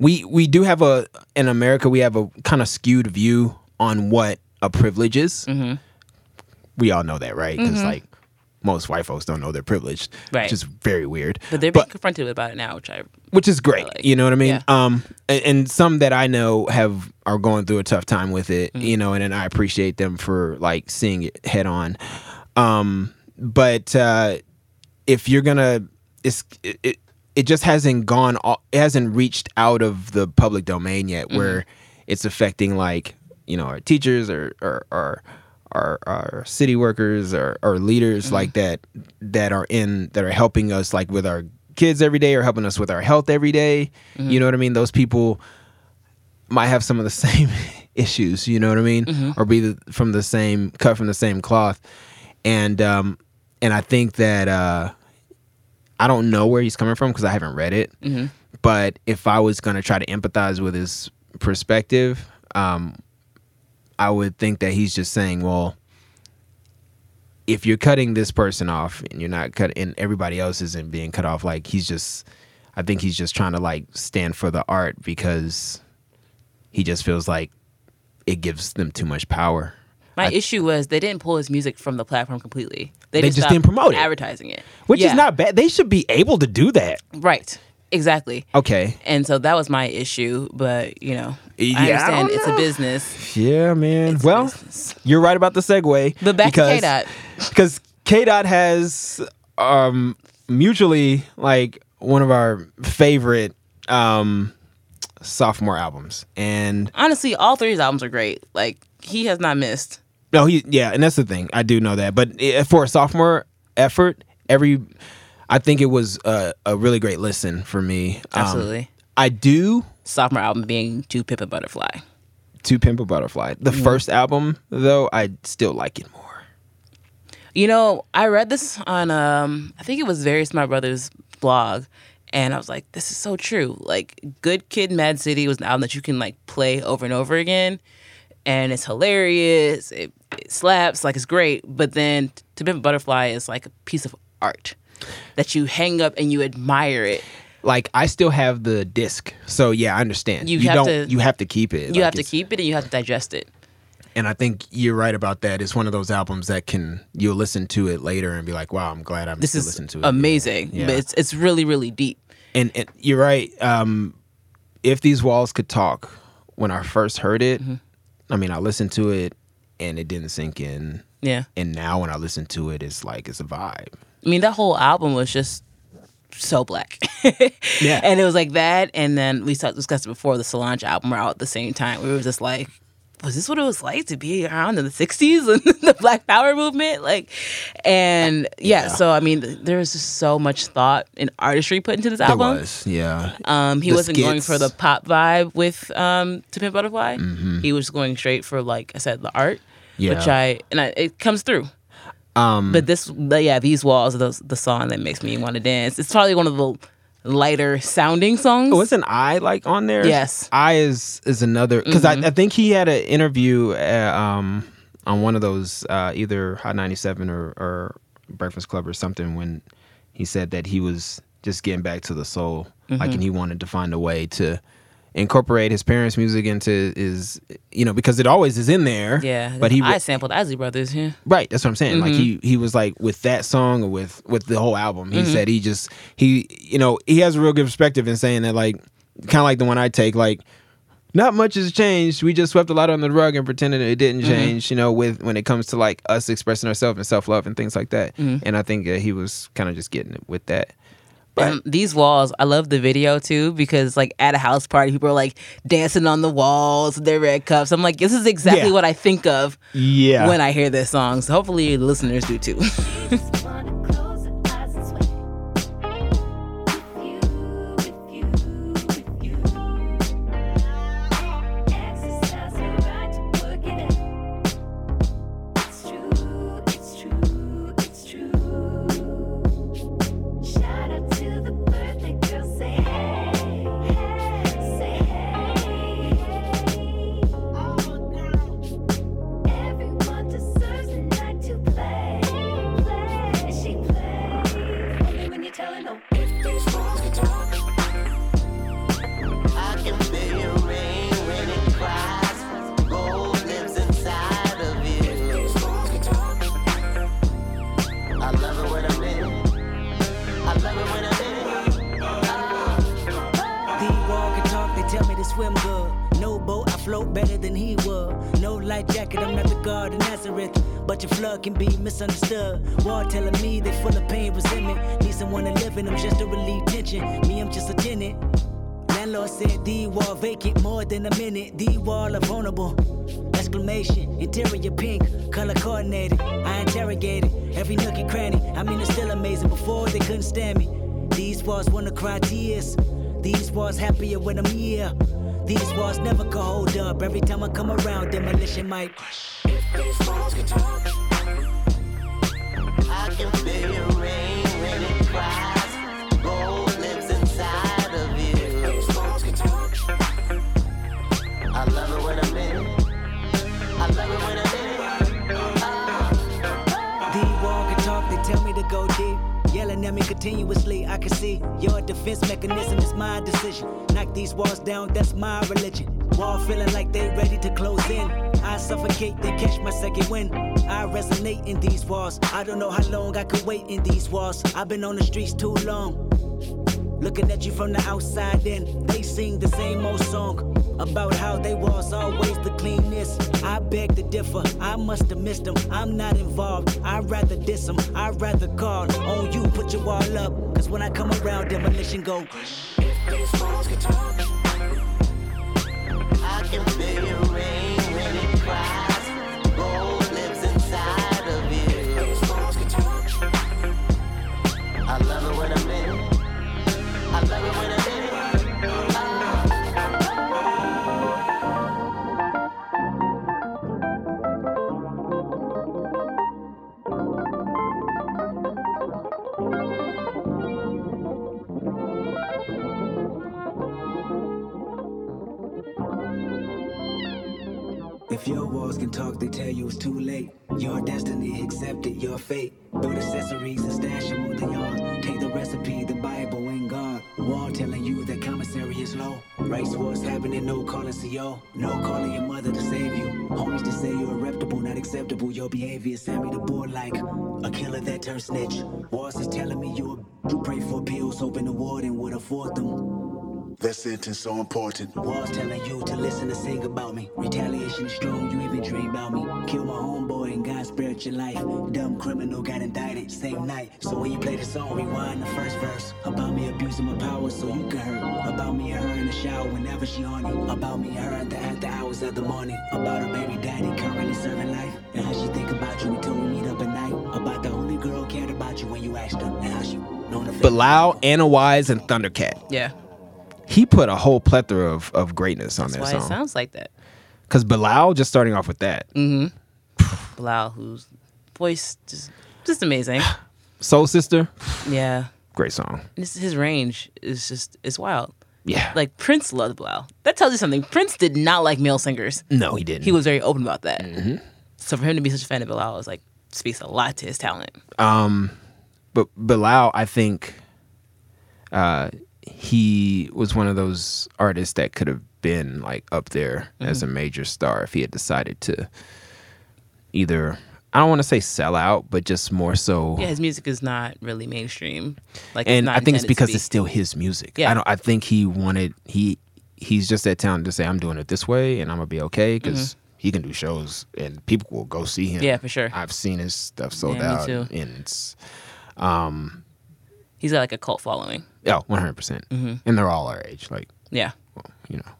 A: we we do have a in America we have a kind of skewed view on what a privilege is.
D: Mm-hmm.
A: We all know that, right? Because like most white folks don't know they're privileged,
D: Right.
A: which is very weird.
D: but they're being confronted about it now, which I
A: which is great.
D: like,
A: you know what I mean?
D: yeah.
A: Um, and, and some that I know have are going through a tough time with it.
D: Mm-hmm.
A: You know, and, and I appreciate them for like seeing it head on. Um, but uh, if you're gonna, it's it, it, it just hasn't gone. all- It hasn't reached out of the public domain yet, where it's affecting like you know our teachers or or. or our, our city workers or, or leaders like that that are in that are helping us like with our kids every day or helping us with our health every day. you know what i mean those people might have some of the <laughs> same issues you know what i mean or be the, from the same cut from the same cloth and um and i think that uh i don't know where he's coming from because i haven't read it but if i was going to try to empathize with his perspective um i would think that he's just saying well if you're cutting this person off and you're not cut and everybody else isn't being cut off like he's just i think he's just trying to like stand for the art because he just feels like it gives them too much power
D: My issue was they didn't pull his music from the platform completely.
A: They just
D: stopped
A: didn't promote it.
D: advertising it,
A: which
D: Yeah.
A: is not bad they should be able to do that
D: right. exactly.
A: Okay.
D: And so that was my issue, but you know,
A: Yeah, I
D: I understand
A: don't
D: it's a business.
A: Yeah, man.
D: It's a
A: well,
D: business.
A: you're right about the segue.
D: But back
A: because,
D: to KDOT.
A: Because K Dot has um mutually like one of our favorite um sophomore albums. And
D: Honestly, all three of his albums are great. Like he has not missed.
A: no, he yeah, and that's the thing. I do know that. But i- for a sophomore effort, every I think it was a, a really great listen for me. Um,
D: Absolutely.
A: I do
D: Sophomore album being To Pimp a Butterfly.
A: to Pimp a Butterfly. The
D: Mm-hmm.
A: first album though, I still like it more.
D: You know, I read this on um I think it was Very Smart Brothers blog and I was like, this is so true. Like Good Kid Mad City was an album that you can like play over and over again and it's hilarious, it, it slaps, like it's great, but then To Pimp a Butterfly is like a piece of art that you hang up and you admire it.
A: like I still have the disc, so yeah, I understand.
D: You have
A: don't.
D: to-
A: you have to keep it.
D: You
A: Like,
D: have to
A: it's-
D: keep it and you have to digest it.
A: And I think you're right about that. It's one of those albums that can you'll listen to it later and be like, "Wow, I'm glad I'm
D: This
A: still
D: is
A: listening to it."
D: amazing.
A: Yeah.
D: But it's it's really, really deep.
A: And, and you're right. Um, if these walls could talk, when I first heard it,
D: Mm-hmm.
A: I mean, I listened to it and it didn't sink in.
D: Yeah.
A: And now when I listen to it, it's like it's a vibe.
D: I mean, that whole album was just so black.
A: Yeah.
D: <laughs> And it was like that. And then we started discussing before the Solange album were out at the same time. We were just like, was this what it was like to be around in the 60s and <laughs> the Black Power movement? Like, and yeah, so I mean, th- there was just so much thought and artistry put into this
A: It
D: album.
A: was, yeah.
D: Um, he
A: The
D: wasn't going
A: skits. Mm-hmm.
D: for the pop vibe with um, To Pimp a Butterfly. He was going straight for, like I said, the art, which
A: Yeah. Mm.
D: I and I, it comes through. Um, but this, but yeah, these walls are the, the song that makes me want to dance. It's probably one of the lighter sounding songs.
A: was an Oh, I like on there?
D: Yes. Mm-hmm.
A: I is is another because I, I think he had an interview uh um on one of those uh, either Hot ninety seven or, or Breakfast Club or something when he said that he was just getting back to the soul like
D: Mm-hmm.
A: and he wanted to find a way to incorporate his parents' music into his you know because it always is in there
D: yeah,
A: but he
D: I sampled Isley Brothers. Yeah,
A: Right, that's what I'm saying. Like
D: Mm-hmm.
A: he he was like with that song or with with the whole album.
D: Mm-hmm.
A: He said he just he you know he has a real good perspective in saying that like kind of like the one I take like not much has changed. We just swept a lot on the rug and pretended it didn't
D: Mm-hmm.
A: change. You know, with when it comes to like us expressing ourselves and self love and things like that.
D: Mm-hmm.
A: And I think uh, he was kind of just getting it with that. But-
D: Um, these walls, I love the video too because like at a house party, people are like dancing on the walls, their red cups. I'm like, this is exactly
A: Yeah.
D: what I think of
A: Yeah,
D: when I hear this song. So hopefully, the listeners do too. <laughs>
E: Say hey, hey, say hey, hey. Everyone deserves a night to play, play, she plays. Only when you're telling them.
F: The wall can talk, they tell me to swim good. No boat, I float better than he would. No life jacket, I'm not the guard of Nazareth. But your flood can be misunderstood. Wall telling me they full of pain, resentment. Need someone to live in, I'm just to relieve tension. Me, I'm just a tenant. Landlord said the wall vacant more than a minute. The wall are vulnerable. Exclamation, interior pink, color coordinated. I interrogated every nook and cranny. I mean, it's still amazing. Before they couldn't stand me. These walls wanna cry tears. These walls happier when I'm here. These walls never could hold up. Every time I come around, demolition might. The wall can talk, they tell me to go deep. Yelling at me continuously, I can see your defense mechanism is my decision. Knock these walls down, that's my religion. Wall feeling like they ready to close in. I suffocate, they catch my second wind. I resonate in these walls. I don't know how long I could wait in these walls. I've been on the streets too long.
G: Looking at you from the outside in, they sing the same old song about how they was always the cleanest. I beg to differ, I must have missed them. I'm not involved, I'd rather diss them, I'd rather call on you, put your wall up. Cause when I come around, demolition go.
H: These phones can talk. I can feel your rain when it cries. Gold lips inside of you. These phones can talk. I love it when I'm in. it. I love it when I'm in. it.
G: If your walls can talk, they tell you it's too late. Your destiny accepted, your fate. Build accessories and stash them on the yard. Take the recipe, the Bible, and God. Wall telling you that commissary is low. Race wars happening, no calling CO. No calling your mother to save you. Homies to say you're reputable, not acceptable. Your behavior is Sammy the boy like a killer that turned snitch. Walls is telling me you a you pray for pills, hoping the warden would afford them.
H: That sentence so important.
G: Walls telling you to listen and sing about me. Retaliation is strong, you even dream about me. Kill my homeboy and God spared your life. Dumb criminal got indicted same night. So when you play the song, rewind the first verse. About me abusing my power so you can hurt. About me and her in the shower whenever she horny. About me and her at the after hours of the morning. About her baby daddy currently serving life. And how she think about you until we meet up at night. About the only girl cared about you when you asked her. And how she known the
A: Bilal, Anna Wise, and Thundercat.
D: Yeah.
A: He put a whole plethora of, of greatness on
D: That's
A: that
D: why it
A: song.
D: sounds Mm. like that.
A: Because Bilal, just starting off with that,
D: Blau, whose voice just
A: <sighs>
D: just amazing.
A: Soul Sister,
D: Yeah.
A: great song.
D: This, his range is just it's wild.
A: Yeah,
D: Like Prince loved Blau. That tells you something. Prince did not like male singers.
A: no, he didn't.
D: He was very open about that.
A: Mm-hmm.
D: So for him to be such a fan of Bilal was like speaks a lot to his talent.
A: Oh. but Bilal, I think, uh, he was one of those artists that could have been like up there
D: Mm-hmm.
A: as a major star if he had decided to either I don't want to say sell out, but just more so.
D: Yeah, his music is not really mainstream. Like,
A: and
D: not
A: I think it's
D: intended to
A: because
D: be.
A: it's still his music.
D: Yeah.
A: I don't. I think he wanted he he's just that talent to say I'm doing it this way and I'm gonna be okay because he can do shows and people will go see him.
D: Mm-hmm. Yeah, for sure.
A: I've seen his stuff sold
D: Yeah, me
A: out
D: too.
A: and it's
D: he's got like a cult following.
A: yeah, 100 oh, percent.
D: Mm-hmm.
A: And they're all our age. Like <laughs>
D: Yeah,
A: you know.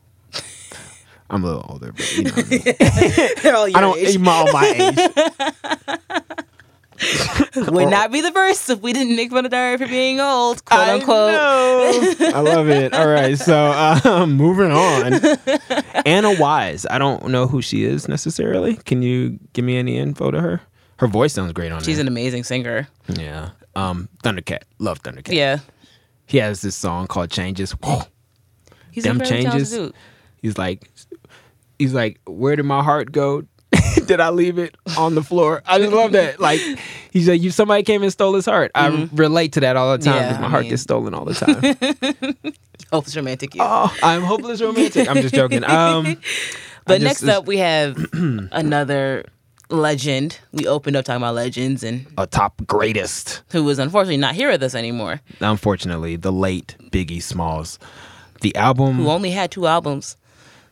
A: I'm a little older, but you know.
D: <laughs>
A: What I, mean.
D: they're all
A: I don't I'm all my age.
D: <laughs> Would not be the first if we didn't make fun of Diary for being old, quote
A: <laughs>
D: unquote.
A: I, know. I love it. All right, so um, moving
D: <laughs>
A: on. Anna Wise. I don't know who she is necessarily. Can you give me any info to her? Her voice sounds great on
D: She's
A: there.
D: an amazing singer.
A: yeah. Um, Thundercat. Love Thundercat.
D: Yeah,
A: He has this song called Changes.
D: he's
A: Them
D: a very talented
A: changes.
D: dude.
A: He's like, he's like, where did my heart go? <laughs> did I leave it on the floor? I just love that. Like, he's like, you somebody came and stole his heart. I relate to that all the time
D: Mm-hmm. Yeah,
A: because my
D: I
A: heart
D: mean-
A: gets stolen
D: <laughs>
A: all the time.
D: Oh, it's romantic. You.
A: oh, I'm hopeless romantic. I'm just joking.
D: <laughs>
A: Um,
D: but
A: just-
D: next up, we <clears throat> have another legend. We opened up talking about legends, and
A: a top greatest.
D: who is unfortunately not here with us anymore.
A: Unfortunately, the late Biggie Smalls. The album
D: Who only had two albums.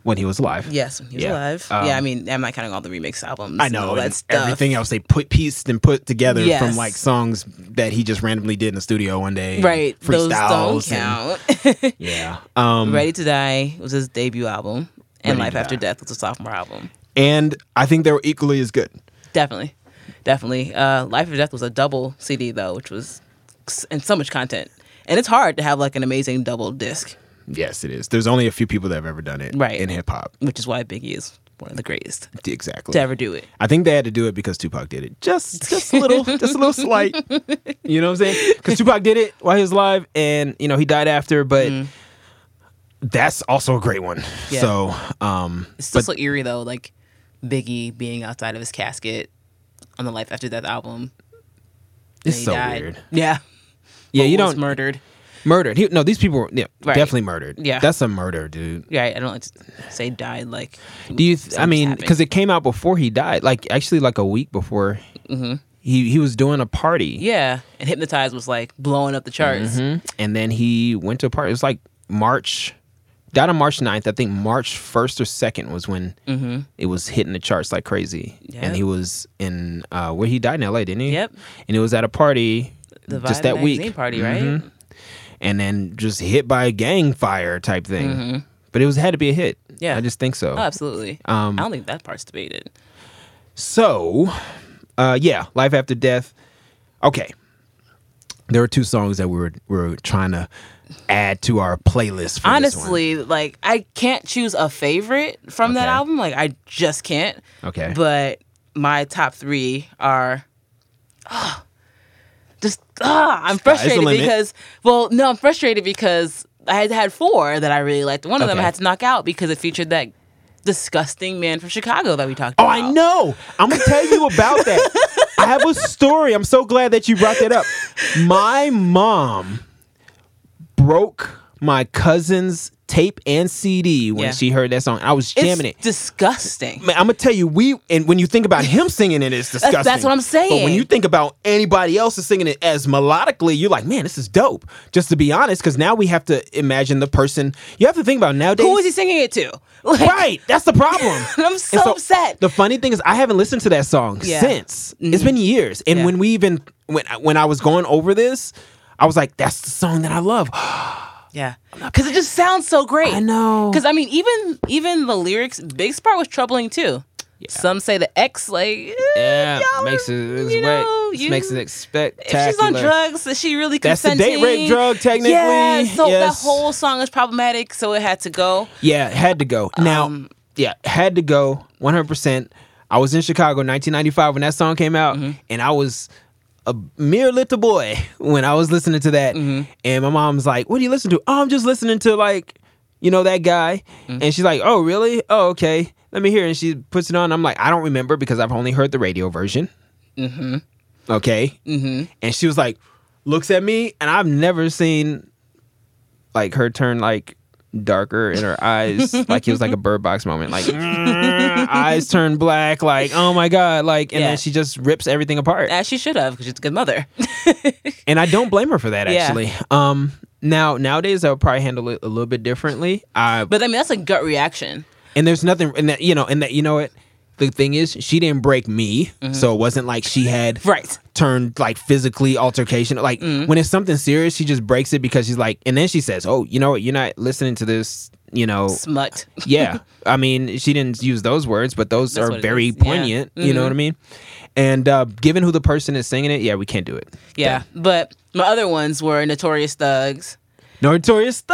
A: when he was alive.
D: Yes, when he was
A: Yeah.
D: alive.
A: Um,
D: yeah, I mean, I'm not counting all the remix albums.
A: I
D: and
A: know
D: all
A: and
D: that stuff.
A: everything else they put pieced and put together from
D: Yes.
A: like songs that he just randomly did in the studio one day. and
D: <laughs> Right, those don't
A: freestyles and-
D: count. <laughs>
A: yeah. Um,
D: Ready to Die was his debut album, and
A: Ready
D: Life
A: to
D: After
A: Die.
D: Death was a sophomore album.
A: and I think they were equally as good.
D: Definitely, definitely. Uh, Life After Death was a double CD though, which was and so much content, and it's hard to have like an amazing double disc,
A: Yes, it is. There's only a few people that have ever done it
D: Right.
A: in hip hop.
D: which is why Biggie is one of the greatest
A: Exactly.
D: to ever do it.
A: I think they had to do it because Tupac did it. Just just a
D: <laughs>
A: little, just a little slight. You know what I'm saying? Because Tupac did it while he was alive, and you know he died after. But that's also a great one.
D: Mm-hmm. Yeah.
A: So um,
D: It's still so eerie though, like Biggie being outside of his casket on the Life After Death album. and
A: it's
D: he
A: so
D: died.
A: weird.
D: Yeah,
A: Yeah,
D: But
A: you
D: was
A: don't
D: murdered.
A: murdered. He, no, these people were yeah,
D: Right.
A: definitely murdered.
D: Yeah.
A: that's a murder, dude.
D: Yeah, I don't like to say died. Like,
A: Do you? Th- I
D: something
A: mean,
D: happened.
A: because it came out before he died, like actually like a week before He he was doing a party.
D: Mm-hmm. Yeah, and hypnotized was like blowing up the charts.
A: Mm-hmm. and then he went to a party. It was like March, died on March 9th. I think March 1st or 2nd was when it was hitting the charts like crazy.
D: Mm-hmm. Yep.
A: And he was in, uh, where he died in LA, didn't he?
D: Yep.
A: And it was at a party
D: The
A: just
D: Vibe
A: that
D: magazine
A: week.
D: party, right?
A: Mhm. And then just hit by a gang fire type thing. But it was had to be a hit.
D: Mm-hmm. Yeah.
A: I just think so.
D: Oh, absolutely.
A: Um,
D: I don't think that part's debated.
A: So, uh, yeah, life after death. Okay, there were two songs that we were we were trying to add to our playlist. For this
D: Honestly, like I can't choose a favorite from that
A: Okay.
D: album. Like I just can't.
A: Okay.
D: But my top three are just ah,
A: Sky's
D: I'm
A: the
D: frustrated
A: limit.
D: because well, no, I'm frustrated because I had had four that I really liked. One of them I
A: Okay.
D: had to knock out because it featured that disgusting man from Chicago that we talked
A: one. oh,
D: about.
A: I know. I'm gonna tell you about that. I have a story. I'm so glad that you brought that up. My mom broke my cousin's tape and CD when
D: Yeah.
A: she heard that song. I was
D: It's
A: jamming it.
D: disgusting.
A: Man, I'm gonna tell you, we and when you think about him singing it, it's disgusting.
D: that's what I'm saying.
A: But when you think about anybody else is singing it as melodically, you're like, man, this is dope. Just to be honest, because now we have to imagine the person. You have to think about nowadays.
D: Who is he singing it to? <laughs> Like,
A: Right, that's the problem.
D: <laughs> I'm so
A: And
D: upset.
A: The funny thing is, I haven't listened to that song
D: Yeah. Mm-hmm.
A: since. It's been years. And
D: Yeah.
A: when we even when I- when I was going over this, I was like, that's the song that I love.
D: Yeah, because it just sounds so great.
A: I know.
D: Because I mean, even even the lyrics, Big Spart was troubling too. Some say the X like eh, y'all are- you know, you-
A: expect.
D: If she's on drugs, is she really
A: That's the date
D: consenting?
A: rape drug, technically.
D: Yeah, so
A: Yes.
D: that whole song is problematic, so it had to go.
A: Yeah, it had to go. Now, yeah, had to go 100%. I was in Chicago in 1995 when that song came out, and I was a mere little boy when I was listening to that. And my mom's like, What do you listen to? Oh, I'm just listening to, like, you know, that guy. And she's like, Oh, really? Oh, okay. Let me hear. it." And she puts it on. I'm like, I don't remember because I've only heard the radio version. Mm-hmm. Okay. Mm-hmm. And she was like, Looks at me, and I've never seen like her turn like darker in her <laughs> eyes like it was like a bird box moment like <laughs> eyes turn black like oh my god like and
D: Yeah.
A: then she just rips everything apart
D: As she should have, because she's a good <laughs> mother.
A: and i don't blame her for that
D: Yeah.
A: actually um now nowadays i would probably handle it a little bit differently i
D: but I mean, that's a gut reaction.
A: and there's nothing and that you know and that you know what the thing is she didn't break me
D: Mm-hmm.
A: so it wasn't like she had
D: Right.
A: turned like physically altercation like
D: Mm-hmm.
A: when it's something serious she just breaks it because she's like and then she says oh you know what you're not listening to this you know
D: <laughs> Smut.
A: yeah i mean she didn't use those words but those
D: That's what
A: are
D: it
A: very
D: is. Yeah. Mm-hmm.
A: poignant you know what i mean and uh given who the person is singing it yeah we can't do it
D: Yeah. But my other ones were Notorious Thugs.
A: notorious thugs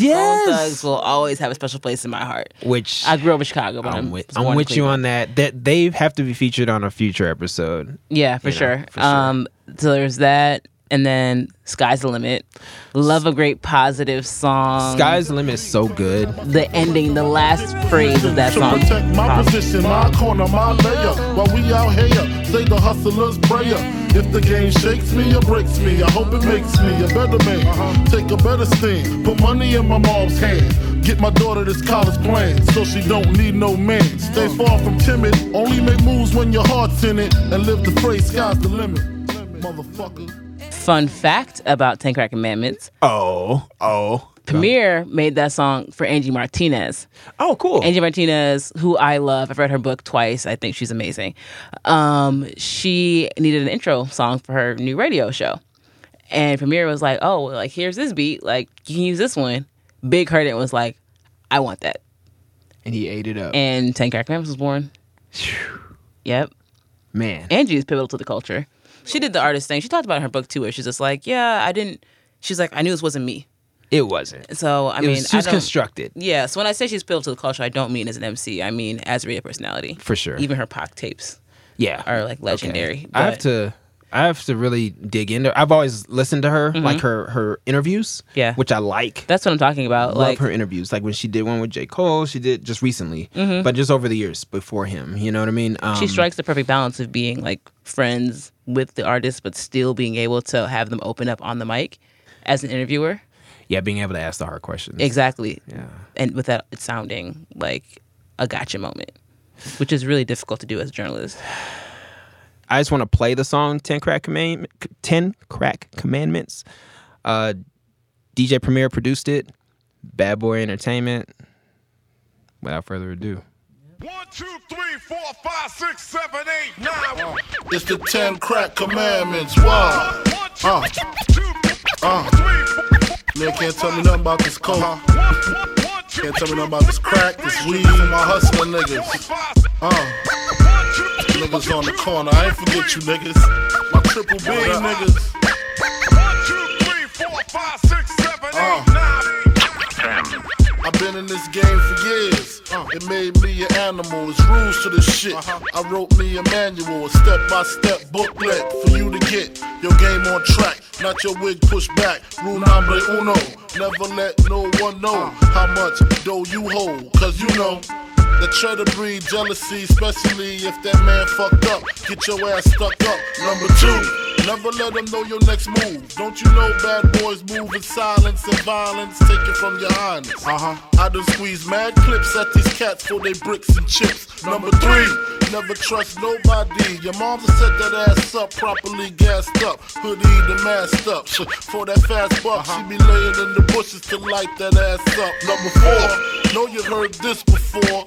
D: Bone
A: yes
D: Thugs will always have a special place in my heart.
A: which
D: I grew up in Chicago, but I'm,
A: i'm with,
D: born
A: I'm
D: in
A: with you
D: Cleveland.
A: on that that they have to be featured on a future episode
D: Yeah, for,
A: you know,
D: sure.
A: for sure.
D: Um, so there's that, and then sky's the limit. Love a great positive song.
A: Sky's the limit is so good.
D: the ending, the last phrase of that
I: to
D: song.
I: protect my position, my corner, my layer. While we out here, say the hustler's prayer. If the game shakes me or breaks me, I hope it makes me a better man. Take a better stand, put money in my mom's hand. Get my daughter this college plan, so she don't need no man. Stay far from timid, only make moves when your heart's in it, and live the phrase sky's the limit, motherfucker.
D: Fun fact about Ten Crack Commandments:
A: Oh, oh,
D: Premier made that song for Angie Martinez.
A: oh, cool.
D: Angie Martinez, who I love, I've read her book twice. I think she's amazing. Um, she needed an intro song for her new radio show, and Premier was like, "Oh, well, like here's this beat. Like you can use this one." Big heard it and was like, "I want that."
A: and he ate it up.
D: and Ten Crack Commandments was born. Yep.
A: Man,
D: Angie is pivotal to the culture. She did the artist thing. She talked about it in her book too, where she's just like, yeah, I didn't. She's like, I knew this wasn't me.
A: it wasn't. It
D: So I
A: was,
D: mean,
A: she
D: I
A: was
D: don't-
A: constructed.
D: Yeah. So when I say she's pivotal to the culture, I don't mean as an MC. I mean as a radio personality.
A: For sure.
D: Even her Pac tapes.
A: Yeah,
D: are, like, legendary,
A: I have
D: but-
A: to. I have to really dig into. I've always listened to her, like her her interviews.
D: Mm-hmm. Yeah.
A: which I like.
D: That's what I'm talking about.
A: Love
D: like
A: her interviews. Like when she did one with J Cole, she did just recently, but just over the years before him. You know what I mean? Um,
D: Mm-hmm. she strikes the perfect balance of being like friends with the artist, but still being able to have them open up on the mic as an interviewer.
A: Yeah, being able to ask the hard questions.
D: Exactly.
A: Yeah.
D: and without it sounding like a gotcha moment, which is really difficult to do as a journalist.
A: I just want to play the song 10 Crack, Command- 10 Crack Commandments. Uh, DJ Premier produced it, Bad Boy Entertainment. Without further ado.
I: One, two, three, four, five, six, seven, eight, nine. It's the ten crack commandments. Whoa. Uh. Uh. Man can't tell me nothing about this coke. Can't tell me nothing about this crack, this weed, my hustling niggas. Uh. Niggas on the corner, I ain't forget you niggas. My triple B niggas. Uh. I've been in this game for years. It made me an animal. It's rules to this shit. I wrote me a manual, a step-by-step booklet for you to get your game on track. Not your wig pushed back. Rule number uno. Never let no one know how much dough you hold. Cause you know. That try to breed jealousy, especially if that man fucked up. Get your ass stuck up. Number two, never let them know your next move. Don't you know bad boys move in silence and violence? Take it from your highness. Uh huh. I done squeeze mad clips at these cats for they bricks and chips. Number three, never trust nobody. Your mom's set that ass up properly, gassed up, hoodie the masked up. <laughs> Sh- For that fast buck, she be laying in the bushes to light that ass up. Number four, know you heard this before.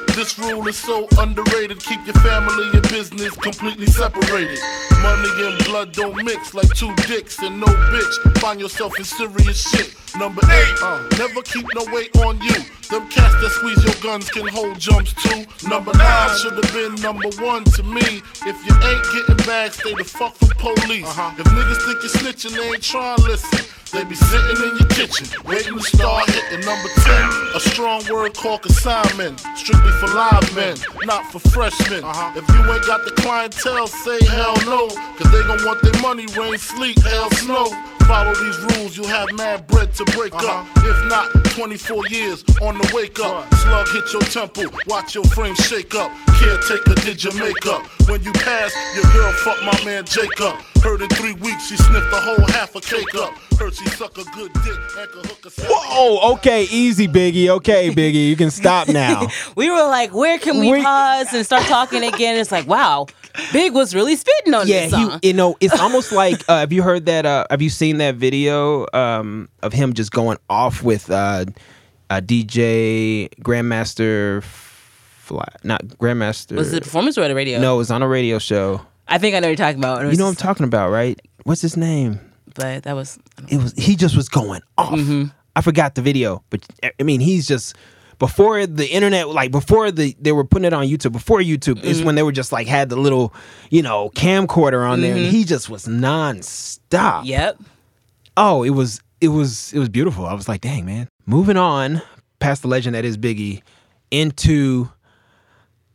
I: this rule is so underrated. Keep your family and business completely separated. Money and blood don't mix like two dicks and no bitch. Find yourself in serious shit. Number eight, uh, never keep no weight on you. Them cats that squeeze your guns can hold jumps too. Number nine should have been number one to me. If you ain't getting bags, stay the fuck from police. If niggas think you're snitching, they ain't trying to listen. They be sitting in your kitchen, waiting to start hitting number 10. A strong word called consignment, strictly for live men, not for freshmen. If you ain't got the clientele, say hell no, cause they gon' want their money, rain, sleet, hell, snow. Follow these rules, you have mad bread to break up. If not, 24 years on the wake up. Slug hit your temple, watch your frame shake up. Caretaker did your makeup. When you pass, your girl fucked my man Jacob. Heard in three weeks, she sniffed a whole half a cake up. Heard she suck a good dick and could hook a salad.
A: Whoa, Oh, okay, easy, Biggie. Okay, Biggie, you can
I: <laughs>
A: stop now.
D: We were like, where can we,
A: We-
D: pause and start talking again? It's like, wow, Big was really spitting on this
A: yeah,
D: song.
A: he, you know, it's almost like uh, have you heard that? Uh, have you seen that video um, of him just going off with uh, uh, DJ Grandmaster Fly? Not Grandmaster.
D: was it performance or at a radio?
A: No, it was on a radio show.
D: I think I know what you're talking about. And it
A: You
D: was-
A: know what I'm talking about, right? What's his name?
D: but that was I don't
A: It was he just was going off. I forgot the video, but I mean, he's just before the internet, like before the they were putting it on YouTube. Before YouTube is when they were just like had the little, you know, camcorder on there, and he just was nonstop.
D: know. yep.
A: oh, it was it was it was beautiful. I was like, dang man. Moving on past the legend that is Biggie into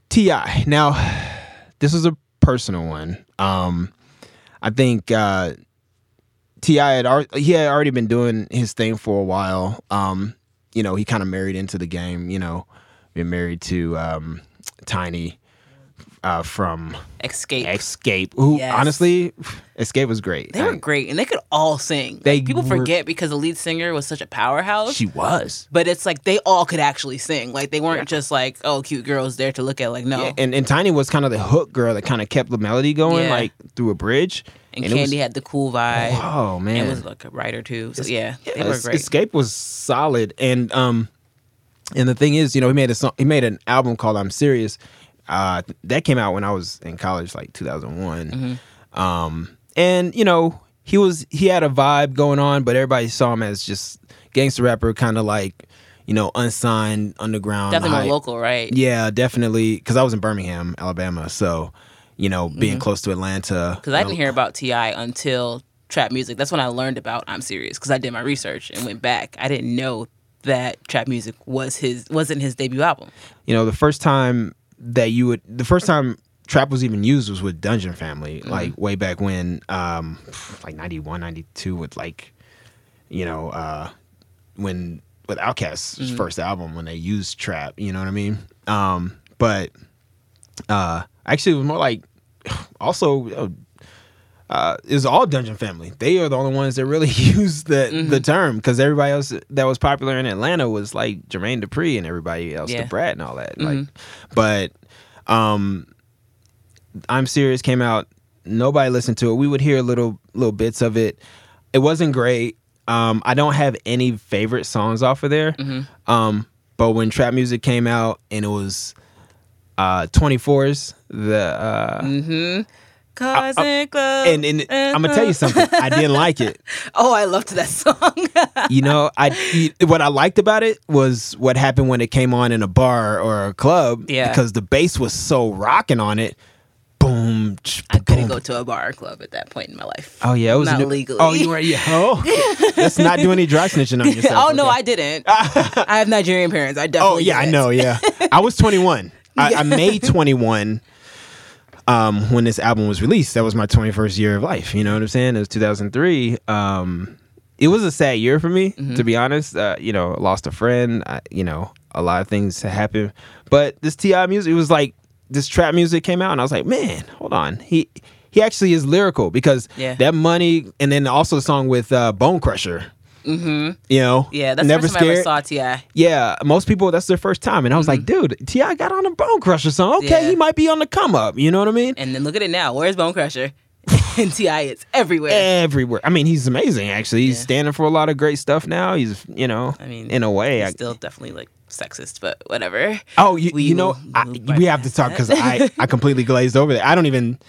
A: Ti. Now, this is a personal one. Um, I think uh, Ti had al- he had already been doing his thing for a while. Um, you know, he kind of married into the game. You know, been married to um, Tiny uh, from
D: Escape.
A: Escape. Who
D: Yes.
A: honestly, Escape was great.
D: they were
A: I-
D: great and they could all sing.
A: They
D: Like, people
A: were-
D: forget because the lead singer was such a powerhouse.
A: She was.
D: but it's like they all could actually sing. Like they weren't just like, oh, cute girls there to look at. Like no,
A: Yeah, and, and Tiny was kind of the hook girl that kind of kept the melody going,
D: Yeah.
A: like through a bridge.
D: and,
A: it
D: Candy had the cool vibe.
A: was, oh man,
D: and was like a writer too. So yeah,
A: Yeah,
D: they were
A: Es-
D: great.
A: Escape was solid, and um, and the thing is, you know, he made a song, he made an album called "I'm Serious," uh, that came out when I was in college, like 2001.
D: Mm-hmm.
A: Um, and you know, he was he had a vibe going on, but everybody saw him as just gangster rapper, kind of like you know, unsigned underground,
D: Definitely more
A: hype.
D: local, right?
A: Yeah, definitely. Because I was in Birmingham, Alabama, so you know, being close to Atlanta.
D: Because Mm-hmm. I didn't hear about Ti until trap music. That's when I learned about I'm serious because I did my research and went back. I didn't know that trap music was his wasn't his debut album.
A: You know, the first time that you would, the first time trap was even used was with Dungeon Family,
D: Mm-hmm.
A: like way back when, um, like 91, 92 with like, you know, uh, when with Outkast's
D: Mm-hmm.
A: first album when they used trap. You know what I mean? Um, but uh, actually, it was more like <sighs> also. Uh, uh, is all Dungeon Family. They are the only ones that really <laughs> use the the term because everybody else that was popular in Atlanta was like Jermaine Dupri and everybody else,
D: Yeah.
A: the Brad and all that. Like, but um, I'm serious came out. Nobody listened to it. We would hear little little bits of it. It wasn't great. Um, I don't have any favorite songs off of there. Um, but when trap music came out and it was uh 24s the uh
D: Cars and clubs.
A: and, and I'm gonna tell you something. I didn't like it.
D: Oh, I loved that <laughs> song.
A: You know, I what I liked about it was what happened when it came on in a bar or a club.
D: Yeah.
A: Because the bass was so rocking on it. Boom. ch-
D: I couldn't
A: boom.
D: go to a bar or club at that point in my life.
A: Oh yeah, it was
D: not
A: a new-
D: legally.
A: Oh,
D: <laughs>
A: you were yeah. Oh, let's not do any dry snitching on yourself.
D: oh no,
A: okay? <laughs>
D: I didn't. I have Nigerian parents. I
A: Oh
D: definitely.
A: yeah, I
D: didn't.
A: know. Yeah,
D: <laughs>
A: I was 21. I, I made 21 um, when this album was released. That was my 21st year of life. You know what I'm saying? It was 2003. Um, it was a sad year for me,
D: Mm-hmm.
A: to be honest. Uh, you know, lost a friend. I, you know, a lot of things happened. But this Ti music, it was like this trap music came out, and I was like, man, hold on. He he actually is lyrical because
D: Yeah.
A: that money, and then also the song with uh, Bone Crusher. Mm-hmm. You know,
D: Yeah, that's
A: never
D: the first time I ever
A: scared.
D: saw Ti.
A: Yeah, most people that's their first time, and I was like, dude, Ti got on a Bone Crusher song. Okay,
D: Mm-hmm. Yeah.
A: he might be on the come up. You know what I mean?
D: And then look at it now. Where's Bone Crusher? <laughs> and Ti is everywhere.
A: Everywhere. I mean, he's amazing. Actually, he's
D: Yeah.
A: standing for a lot of great stuff now. He's you know,
D: I mean,
A: in a way,
D: He's
A: I-
D: still definitely like sexist, but whatever.
A: Oh, you,
D: We
A: you know,
D: will
A: I,
D: move
A: we
D: right
A: have to
D: past
A: talk
D: that.
A: because I, I completely glazed over that. I don't even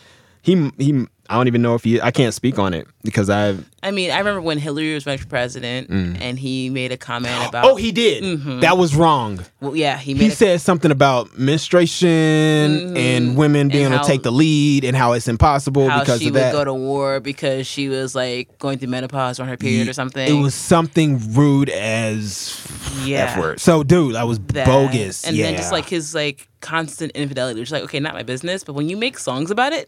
A: he he. I don't even know if he. I can't speak on it because I.
D: <laughs> I mean, I remember when Hillary was running for president, and he made
A: <gasps>
D: a comment about.
A: Mm. Oh, he did. That was wrong.
D: Well, yeah, he Mm-hmm. made.
A: He
D: a- Mm-hmm.
A: said something about menstruation and women being able
D: how-
A: to take the lead and how it's impossible
D: how
A: because
D: she
A: of
D: would
A: that.
D: go to war because she was like going through menopause on her period or something.
A: It was something rude as
D: yeah,
A: f word. So, dude, I was
D: that.
A: bogus.
D: And
A: yeah.
D: then just like his like constant infidelity, which is like okay, not my business, but when you make songs
A: <laughs>
D: about it,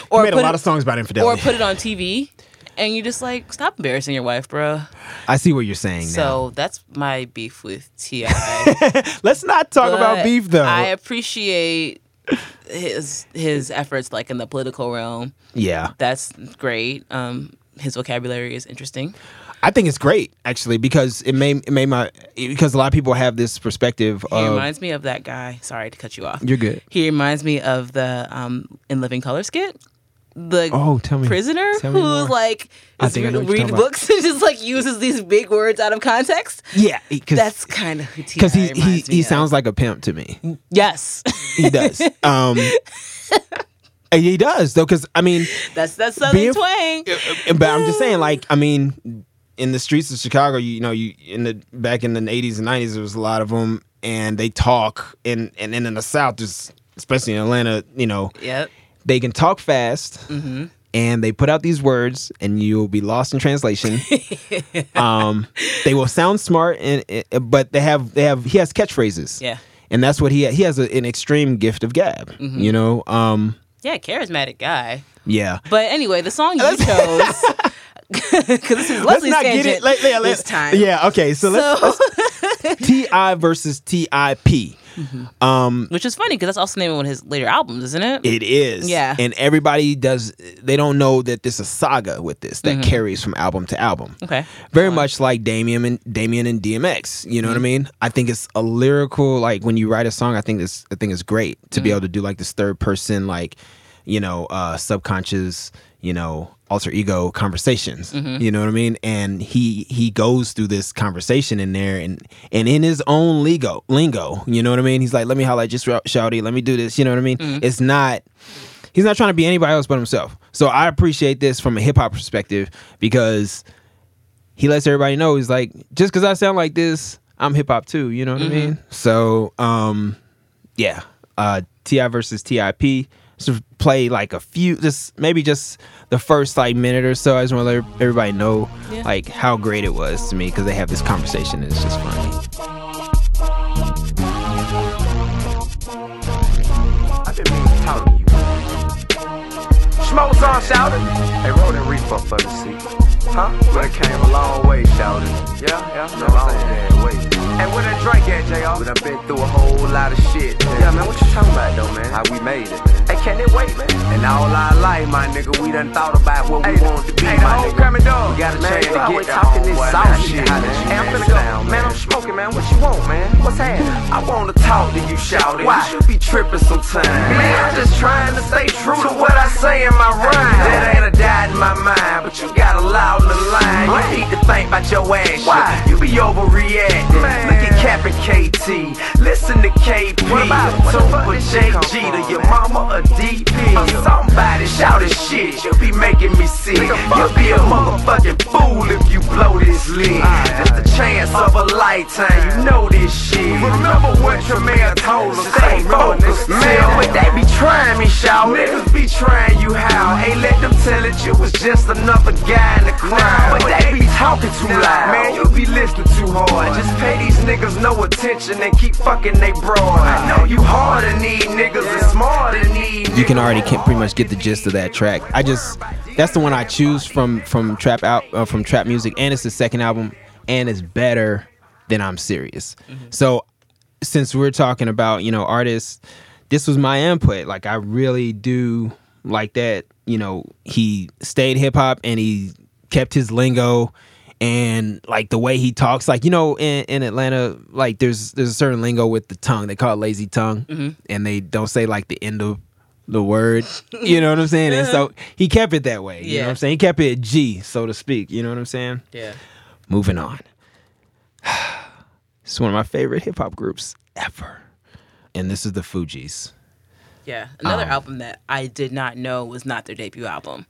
D: <laughs> or
A: I made a
D: put
A: lot
D: it-
A: of songs about
D: or
A: infidelity.
D: put it on TV, and you just like stop embarrassing your wife, bro.
A: I see what you're saying.
D: So that's my beef with
A: <laughs>
D: Ti.
A: now. let's not talk about
D: But
A: beef though.
D: I appreciate his his efforts, like in the political realm.
A: yeah,
D: That's great. Um, his vocabulary is interesting.
A: I think it's great actually because it made it made my because a lot of people have this perspective
D: He
A: of
D: reminds me of that guy. Sorry to cut you off.
A: You're good.
D: He reminds me of the um in Living Color skit. The
A: Oh, tell me.
D: prisoner
A: Tell me
D: who's
A: more.
D: like
A: I
D: is
A: think I know
D: re-
A: what you're
D: read
A: talking about.
D: books and <laughs> just like uses these big words out of context.
A: yeah because
D: That's kind of who T.I.
A: because he he,
D: reminds me
A: he
D: of.
A: sounds like a pimp to me.
D: yes. <laughs>
A: He does. um, and he does though because I mean.
D: that's that's Southern
A: Being-
D: twang.
A: And- but I'm just saying, like, I mean, in the streets of Chicago, you, you know, you in the back in the 80s and 90s, there was a lot of them, and they talk, and and then in the South, just especially in Atlanta, you know,
D: Yep.
A: they can talk fast,
D: Mm-hmm.
A: and they put out these words, and you'll be lost in
D: <laughs>
A: translation. um, they will sound smart, and, and- but they have they have he has catchphrases,
D: Yeah.
A: and that's what he he has a, an extreme gift of gab,
D: Mm-hmm.
A: you know, um,
D: Yeah, charismatic guy.
A: yeah.
D: But anyway, the song you
A: <laughs>
D: chose because this is Leslie's
A: let's not
D: tangent
A: get it. Let, yeah, let's,
D: this time.
A: Yeah, okay. So let's,
D: So,
A: Ti versus Tip. Um,
D: <laughs> which is funny because that's also the name of one of his later albums, isn't it?
A: it is.
D: Yeah.
A: And everybody does. They don't know that there's a saga with this that carries from album to album.
D: Okay.
A: Very much like Damien and Damien and DMX. You know what I mean? I think it's a lyrical. Like when you write a song, I think this. I think it's great to be able to do like this third person, like you know, uh, subconscious. You know, alter ego conversations. You know what I mean? And he he goes through this conversation in there and and in his own lingo lingo. You know what I mean? He's like, let me holla at just shouty. Let me do this. You know what I mean? It's not he's not trying to be anybody else but himself. So I appreciate this from a hip hop perspective because he lets everybody know he's like, just because I sound like this, I'm hip hop too. You know what I mean? So, um, yeah, uh, Ti versus Tip. Just play like a few, just maybe just the first like minute or so. I just want to let everybody know like how great it was to me because they have this conversation and it's just funny.
J: I've been meaning to talk to you. Smoke's on, shouted. Hey, roll that reef up for the seat. Huh? Well, it came a long way, shouted. Yeah, yeah, no, long way. And what a drink at, JR?
K: But I've been through a whole lot of shit. man.
J: Yeah, man, what you talking about, though, man?
K: How we made it, man.
J: Hey, can it wait, man?
K: And all our life, my nigga, we done thought about what we
J: Hey,
K: wanted to be,
J: hey, the
K: my
J: homecoming
K: nigga.
J: dog.
K: We got a
J: Man,
K: chance
J: you
K: to get
J: always
K: that
J: talking this
K: homeboy, man. I
J: soft
K: need
J: shit.
K: to holler at you,
J: Hey, I'm
K: man.
J: finna
K: Sit
J: go.
K: down,
J: Man, I'm smoking, man. What you want, man? What's happening?
K: I wanna talk to you, shouty.
J: Why?
K: You should be tripping sometime. Man, I'm just trying to stay true to what I say in my rhyme. That ain't a doubt in my mind, but you got a loud in the line. You need to think about your action.
J: Why?
K: You be overreacting.
J: Man.
K: Look at Cap and KT. Listen to KP.
J: What about it? What the fuck
K: Super
J: this shit come
K: JG to
J: from,
K: your
J: man?
K: mama a DP. Or somebody shouting shit. You be making me sick. You
J: fuck
K: be a
J: you.
K: motherfucking fool if you blow this lid.
J: Alright.
K: Just a chance of a lifetime. You know this shit. Remember what your man told us. Stay focused, man. But they be trying me, shout. Niggas be trying you how. Ain't let them tell it you was just another guy in the crowd. But they be talking too loud. Man, you be listening too hard. Just pay these niggas no attention and keep fucking they broad. I know you hard to need niggas and smart to need
A: you can already can pretty much get the gist of that track. I just that's the one I choose from from trap out uh, from trap music, and it's the second album, and it's better than I'm serious. So since we're talking about you know artists, this was my input. Like I really do like that. You know he stayed hip hop and he kept his lingo. And like the way he talks, like you know, in, in Atlanta, like there's there's a certain lingo with the tongue. They call it lazy tongue, and they don't say like the end of the word. You know what I'm saying? And <laughs> so he kept it that way. You know
D: Yeah.
A: what I'm saying? He kept it G, so to speak. You know what I'm saying?
D: Yeah.
A: Moving on. <sighs> It's one of my favorite hip hop groups ever. And this is the Fugees.
D: Yeah.
A: Um.
D: Another album that I did not know was not their debut album.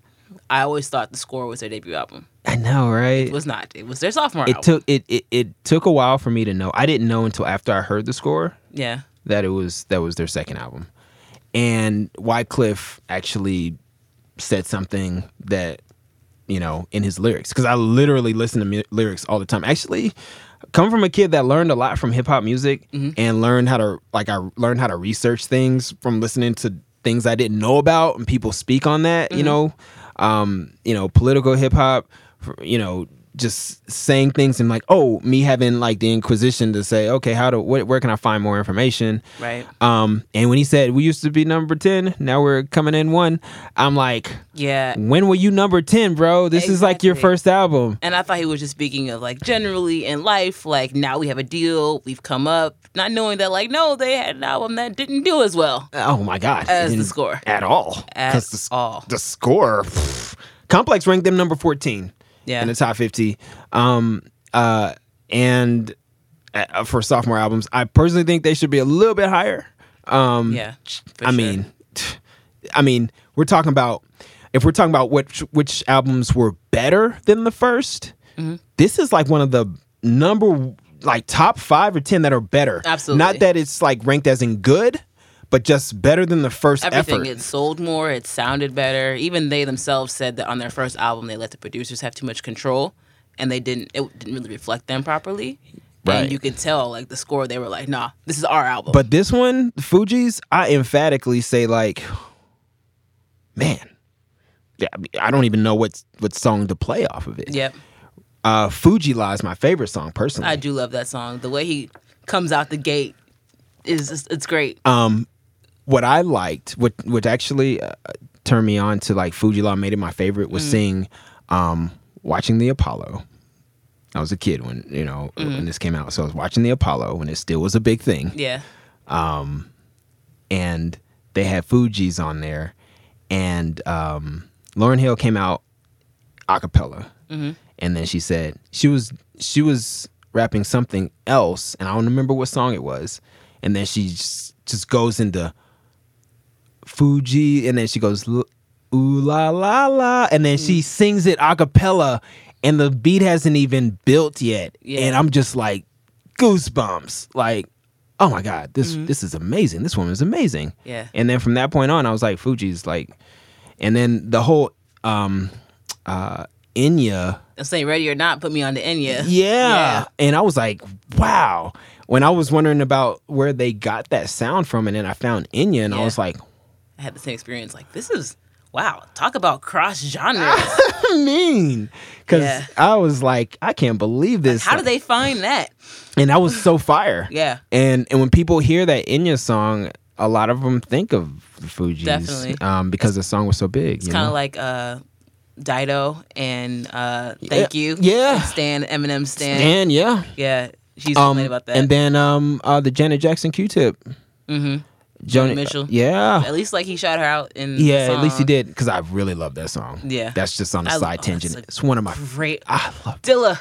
D: I always thought the score was their debut album.
A: I know, right?
D: It was not. It was their sophomore
A: It
D: album.
A: took it, it it took a while for me to know. I didn't know until after I heard the score
D: yeah.
A: that it was that was their second album. And Wycliffe actually said something that you know in his lyrics because I literally listen to mu- lyrics all the time. Actually, I come from a kid that learned a lot from hip hop music and learned how to like I learned how to research things from listening to things I didn't know about and people speak on that. You know, um, you know, political hip hop. for- You know, just saying things and like, oh, me having like the Inquisition to say, okay, how do what, where can I find more information?
D: Right.
A: Um, and when he said we used to be number ten, now we're coming in one. I'm like,
D: Yeah.
A: when were you number 10 bro this is like your
D: Exactly.
A: first album
D: And I thought he was just speaking of like generally in life, like now we have a deal, we've come up, not knowing that like no, they had an album that didn't do as well
A: oh my god
D: as the
A: Didn't-
D: score.
A: at all
D: At
A: 'Cause the, s-
D: all.
A: the score pff. complex ranked them number 14
D: Yeah.
A: in the top 50 um uh and uh, for sophomore albums i personally think they should be a little bit higher um
D: Yeah. for
A: I
D: sure.
A: mean, <sighs> I mean, we're talking about if we're talking about which which albums were better than the 1st
D: Mm-hmm.
A: This is like one of the number like top five or ten that are better.
D: Absolutely.
A: Not that it's like ranked as in good, but just better than the first
D: everything.
A: effort.
D: It sold more. It sounded better. Even they themselves said that on their first album, they let the producers have too much control, and they didn't. It didn't really reflect them properly.
A: Right.
D: And you could tell, like the score, they were like, "Nah, this is our album."
A: But this one, Fuji's, I emphatically say like, man, yeah, I mean, I don't even know what what song to play off of it.
D: yep,
A: Uh, Fuji La is my favorite song personally.
D: I do love that song. The way he comes out the gate is just, it's great.
A: Uh, what I liked, what what actually uh, turned me on to like Fuji Law made it my favorite was seeing, um, watching the Apollo. I was a kid when you know when this came out, so I was watching the Apollo when it still was a big thing
D: yeah,
A: and they had Fuji's on there, and um, Lauren Hill came out a cappella, and then she said she was she was rapping something else, and I don't remember what song it was, and then she just, just goes into Fuji, and then she goes "L- ooh la la la, and then she sings it a cappella, and the beat hasn't even built yet,
D: Yeah.
A: and I'm just like goosebumps, like oh my god this this is amazing this woman is amazing
D: Yeah.
A: and then from that point on i was like fuji's like and then the whole um uh inya
D: I'm saying ready or not, put me on the Enya.
A: yeah. and i was like wow when i was wondering about where they got that sound from and then i found inya and i
D: Yeah.
A: was like
D: I had the same experience. Like this is wow, talk about cross genres.
A: I mean, because
D: Yeah.
A: I was like, I can't believe this.
D: How do they find that?
A: and that was so fire.
D: <laughs> Yeah.
A: And and when people hear that Enya song, a lot of them think of the Fugees,
D: Definitely.
A: um, because the song was so big.
D: It's kind of like uh, Dido and uh, Thank You.
A: yeah.
D: Stan, Eminem Stan.
A: and yeah,
D: Yeah. She's
A: um,
D: complaining about that.
A: and then um, uh, the Janet Jackson Q-Tip,
D: Mhm.
A: Joni
D: Mitchell.
A: yeah,
D: At least like he shot her out in the
A: yeah. At least he
D: song.
A: did because I really love that song.
D: Yeah.
A: that's just on a
D: I-
A: side
D: oh,
A: tangent.
D: that's a
A: it's one of my.
D: Great.
A: I love.
D: Dilla.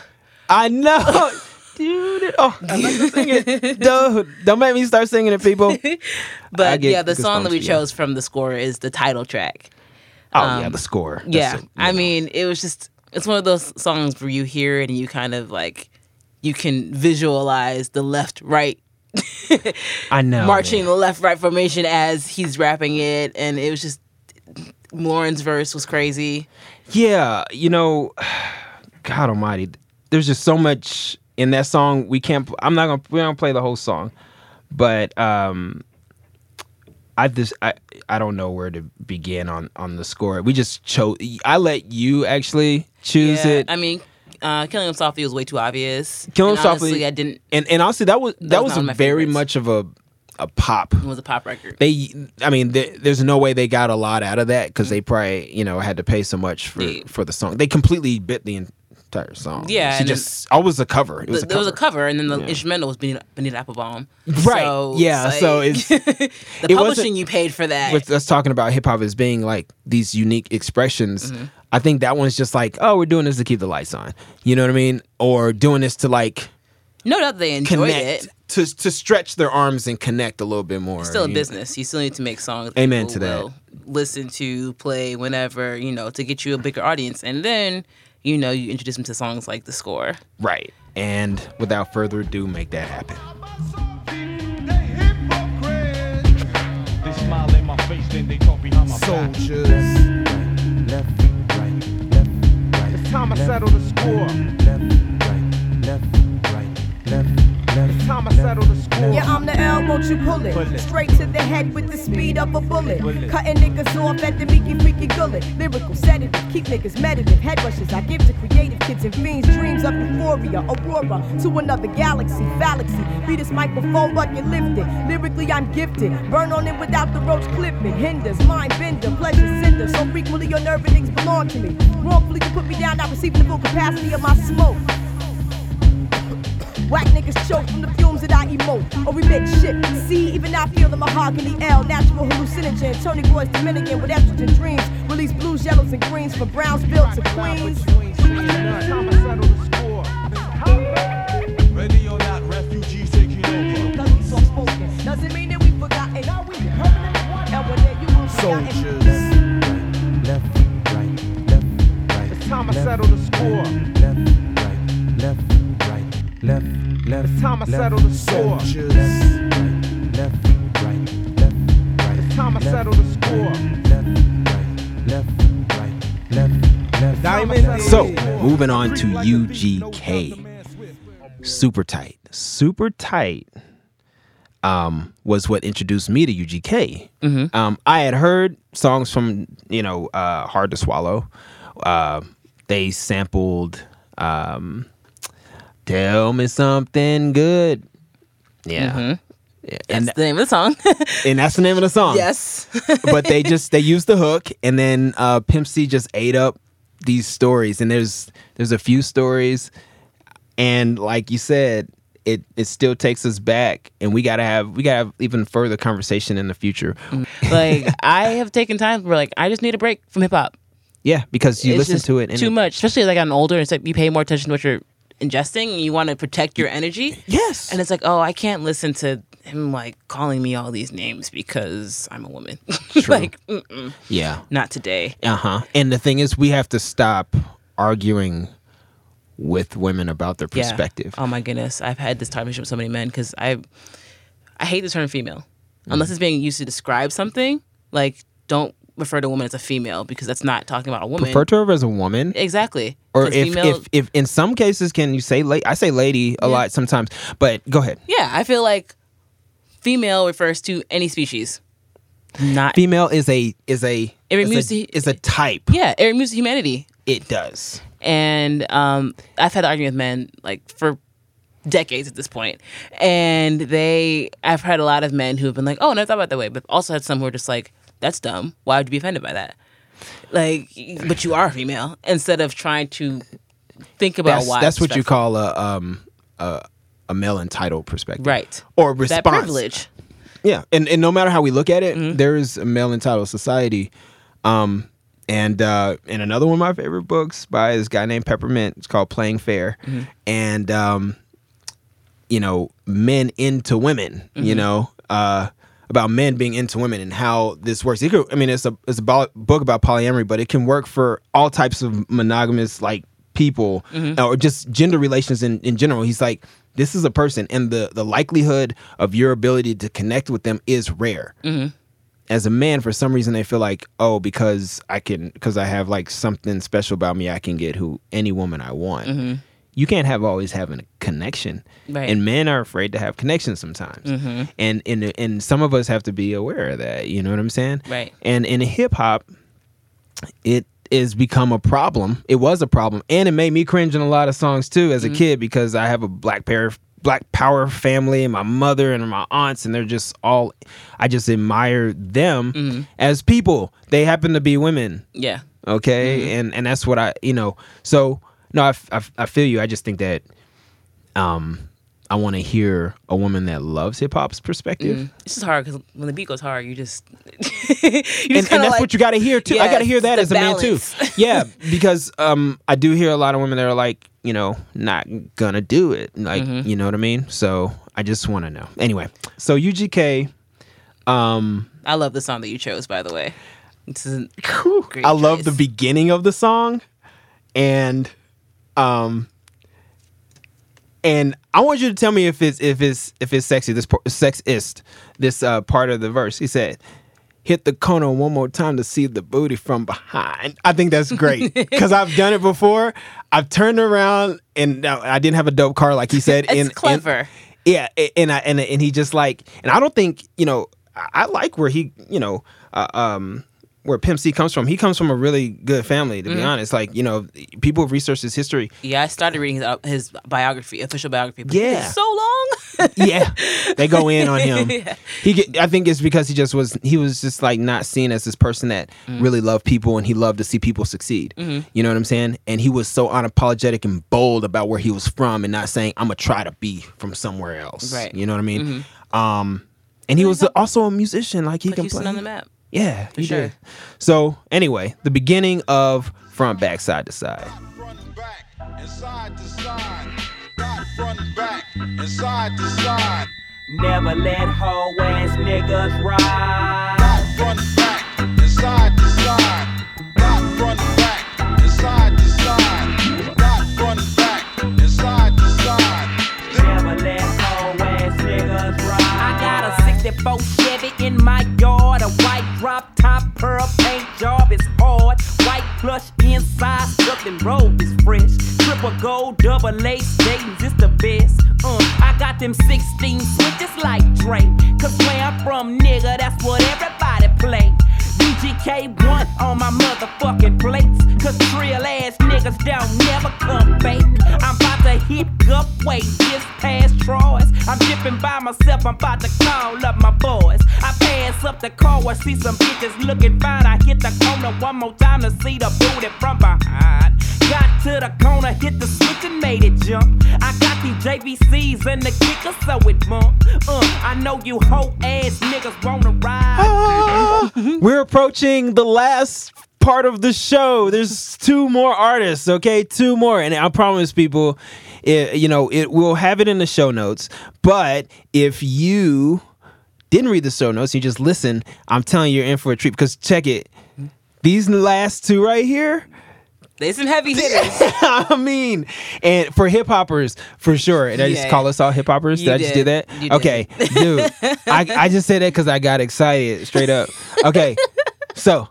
A: I
D: <laughs>
A: know. Dude, oh, I love to sing it. Dude, don't make me start singing it,
D: <laughs>
A: people. I
D: But
A: get
D: yeah, the
A: goosebumps,
D: song that we
A: yeah.
D: chose from the score is the title track.
A: Oh yeah, the score. That's
D: Um, yeah.
A: it.
D: I mean, it was just it's one of those songs where you hear it and you kind of like you can visualize the
A: <laughs>
D: left right
A: I know
D: marching
A: Oh, man.
D: the left right formation as he's rapping it and it was just Lauren's verse was crazy.
A: Yeah, you know, <sighs> God Almighty, there's just so much in that song. We can't. I'm not gonna. We don't play the whole song, but um, I just I I don't know where to begin on on the score. We just chose. I let you actually choose
D: Yeah,
A: it.
D: I mean, uh, Killing Him Softly was way too obvious.
A: Killing 'Em
D: And honestly,
A: Softly-
D: I didn't.
A: and and honestly, that was that,
D: was
A: was,
D: not my
A: very
D: favorites.
A: much of a a pop.
D: It was a pop record.
A: They, I mean, there there's no way they got a lot out of that because they probably, you know, had to pay so much for
D: Mm-hmm. Yeah.
A: for the song. They completely bit the entire song.
D: Yeah,
A: she
D: and then-
A: just, I was a cover. It was
D: Th-
A: a
D: there
A: cover.
D: was a cover, and then the instrumental was Benita, Benita Applebaum.
A: Right,
D: So
A: yeah,
D: it's
A: so
D: like- <laughs>
A: it's-
D: the
A: it wasn't-
D: publishing you paid for that.
A: With us talking about hip hop as being like these unique expressions,
D: Mm-hmm.
A: I think that one's just like, oh, we're doing this to keep the lights on. You know what I mean? Or doing this to like
D: no doubt they enjoyed
A: connect
D: it.
A: to to stretch their arms and connect a little bit more.
D: Still a
A: you-
D: business. You still need to make songs. that
A: Amen
D: people
A: to that.
D: will Listen to play whenever you know to get you a bigger audience, and then you know you introduce them to songs like the score.
A: right? And without further ado, make that happen.
J: They smile in my face, then they talk behind my back.
B: Soldiers. Left, right, left, right.
J: It's time I settle the score.
B: Left, right, left, right, left, left.
J: It's time I settle the score.
L: Yeah, I'm the L, won't you pull it?
J: Pull it.
L: Straight to the head with the speed of a bullet.
J: Pull it.
L: Cutting niggas off at the meaky freaky gullet. Lyrical sedative, keep niggas meditative. Head rushes I give to creative kids and fiends. Dreams of euphoria, aurora to another galaxy, fallacy. Be this microphone bucket lifted. Lyrically, I'm gifted. Burn on it without the roach clipping. Hinders, mind bender, pleasure cinder. So frequently, your nerve and things belong to me. Wrongfully, you put me down, not receiving the full capacity of my smoke. Whack niggas choke from the fumes that I emote. Or emit shit. See, even I feel the mahogany L. Natural hallucinogen. Tony Boy's Dominican with estrogen dreams. Release blues, yellows, and greens from Brownsville to Queens.
J: It's time I settle the score. Ready or not, refugees taking over.
L: Cause we so spoken. Doesn't mean that we forgotten. Now we permanently one. And when that you will
B: Soldiers. Left, right, left, right.
J: It's time I settle the score.
B: Left, right, left, right, left, left.
J: It's time I
B: left.
J: settle the score.
B: Soldiers. Left, right, left, right.
J: It's time I
B: left,
J: settle the score.
B: Left, right, left, right, left, left.
J: Diamond.
A: So, moving on to UGK. Super Tight. Super Tight um, was what introduced me to UGK. Um, I had heard songs from, you know, uh, Hard to Swallow. Uh, they sampled um, Tell Me Something Good. Yeah. Yeah,
D: That's
A: And, Um,
D: the name of the song. <laughs>
A: and that's the name of the song
D: yes. <laughs>
A: but they just they used the hook and then uh pimp c just ate up these stories and there's there's a few stories and like you said it it still takes us back and we gotta have we gotta have even further conversation in the future
D: Mm. like I have taken time where like I just need a break from hip hop.
A: yeah because you
D: It's
A: listen
D: just
A: to it and
D: too
A: it-
D: much, especially as I gotten older. It's like you pay more attention to what you're ingesting. And you want to protect your energy.
A: yes
D: And it's like, oh, I can't listen to him like calling me all these names because I'm a woman. <laughs> like, mm-mm,
A: yeah
D: not today.
A: uh-huh and the thing is we have to stop arguing with women about their
D: Yeah.
A: perspective
D: Oh my goodness, I've had this conversation with so many men because I, I hate the term female,
A: Mm.
D: unless it's being used to describe something. Like, don't refer to a woman as a female because that's not talking about a woman.
A: refer to her as a woman
D: exactly.
A: or
D: 'Cause
A: if,
D: female-
A: if if in some cases can you say la- I say lady a lot sometimes, but go ahead.
D: yeah, I feel like female refers to any species. Not
A: female is a is a
D: It
A: is
D: removes
A: a,
D: the-
A: is a type.
D: yeah, it removes humanity.
A: It does.
D: and um, I've had the argument with men like for decades at this point, and they I've had a lot of men who have been like, "Oh, I never thought about it that way," but also had some who are just like, "That's dumb. Why would you be offended by that?" Like, but you are female. Instead of trying to think about
A: That's,
D: why
A: that's what you
D: respectful.
A: call a um a, a male entitled perspective,
D: right
A: Or
D: that
A: response.
D: privilege. Mm-hmm.
A: Yeah, and and no matter how we look at it, there is a male entitled society. Um, and uh, and another one of my favorite books by this guy named Peppermint. It's called Playing Fair,
D: Mm-hmm.
A: and um, you know, men into women. You know, uh, about men being into women and how this works. It could, I mean, it's a it's a bo- book about polyamory, but it can work for all types of monogamous like people or just gender relations in, in general. He's like, this is a person, and the the likelihood of your ability to connect with them is rare. As a man, for some reason, they feel like, oh, because I can, because I have like something special about me, I can get who any woman I want. You can't have always having a connection,
D: Right.
A: and men are afraid to have connections sometimes, and and and some of us have to be aware of that. You know what I'm saying?
D: Right.
A: And in hip hop, it is become a problem. It was a problem, and it made me cringe in a lot of songs too as a kid because I have a black pair black power family and my mother and my aunts and they're just all I just admire them as people. They happen to be women
D: Yeah,
A: okay and and that's what i you know so no I, f- I f- I feel you i just think that um i want to hear a woman that loves hip-hop's perspective
D: it's just hard because when the beat goes hard, you just <laughs>
A: and,
D: you just
A: and
D: kinda
A: that's
D: like-
A: what you got to hear too. I
D: Yeah,
A: got to hear
D: it's
A: that
D: the
A: as a
D: balance. <laughs>
A: man too. Yeah, because um, I do hear a lot of women that are like, you know, not gonna do it. Like,
D: Mm-hmm.
A: you know what I mean? So I just want to know. Anyway, so UGK, um,
D: I love the song that you chose, by the way. This is Great
A: I love the
D: choice.
A: beginning of the song, and um, and I want you to tell me if it's if it's if it's sexy. This par- sexist. This uh, part of the verse. He said. Hit the corner one more time to see the booty from behind. I think that's
D: <laughs>
A: great because I've done it before. I've turned around and uh, I didn't have a dope car
D: <laughs>
A: like he said.
D: It's
A: in- in-
D: clever.
A: yeah, a- and I and and he just like and I don't think you know I I like where he you know uh, um where Pimp C comes from. He comes from a really good family to
D: Mm.
A: be honest. Like you know people have researched his history.
D: Yeah, I started reading his, uh, his biography, official biography. But yeah,
A: Yeah.
D: so <laughs> long.
A: Yeah, they go in on him.
D: <laughs> Yeah.
A: He get, I think it's because he just was he was just like not seen as this person that
D: Mm.
A: really loved people and he loved to see people succeed.
D: Mm-hmm.
A: You know what I'm saying? And he was so unapologetic and bold about where he was from and not saying I'm gonna try to be from somewhere else.
D: Right. Mm-hmm.
A: You know what I mean? Um, and he was also a musician. Like he
D: Put
A: can
D: Houston
A: play
D: on the map.
A: Yeah, he
D: sure.
A: did. So anyway, the beginning of front back side to side.
M: front and back and side to side. Back, front, and back and side to side.
F: Never let hoe ass niggas ride.
M: Back, front, and back and side to side. Back, front, and back and side to side. Back, front, and back and side to side.
F: Never let hoe ass niggas ride. I got a 64 Chevy in my yard. A white drop top, pearl paint job is hard. White plush inside, something robe is fresh. Triple gold, double A Dayton's, it's the best. Uh, I got them 16 switches like Drake. Cause where I'm from, nigga, that's what everybody play. DGK1 on my motherfucking plates. Cause real ass niggas don't never come fake. I'm about to hit up way just past Troy's. I'm dipping by myself, I'm about to call up my boys. I pass up the car, I see some bitches looking fine. I hit the corner one more time to see the booty from behind. Got to the corner, hit the switch and made it jump. I got these JVCs and the kicker, so it bump. Uh, I know you hoe ass niggas wanna ride.
A: <laughs> We're approaching the last part of the show. There's two more artists, okay? Two more. And I promise people, it, you know, it we'll have it in the show notes. But if you didn't read the show notes, you just listen, I'm telling you, you're in for a treat because check it. These last two right here,
D: They some heavy hitters.
A: I mean, and for hip hoppers, for sure. Did I just
D: Yeah.
A: call us all hip hoppers? Did
D: You
A: I just do
D: did.
A: that?
D: You did.
A: okay, dude. I, I just said that because I got excited straight up. Okay, so,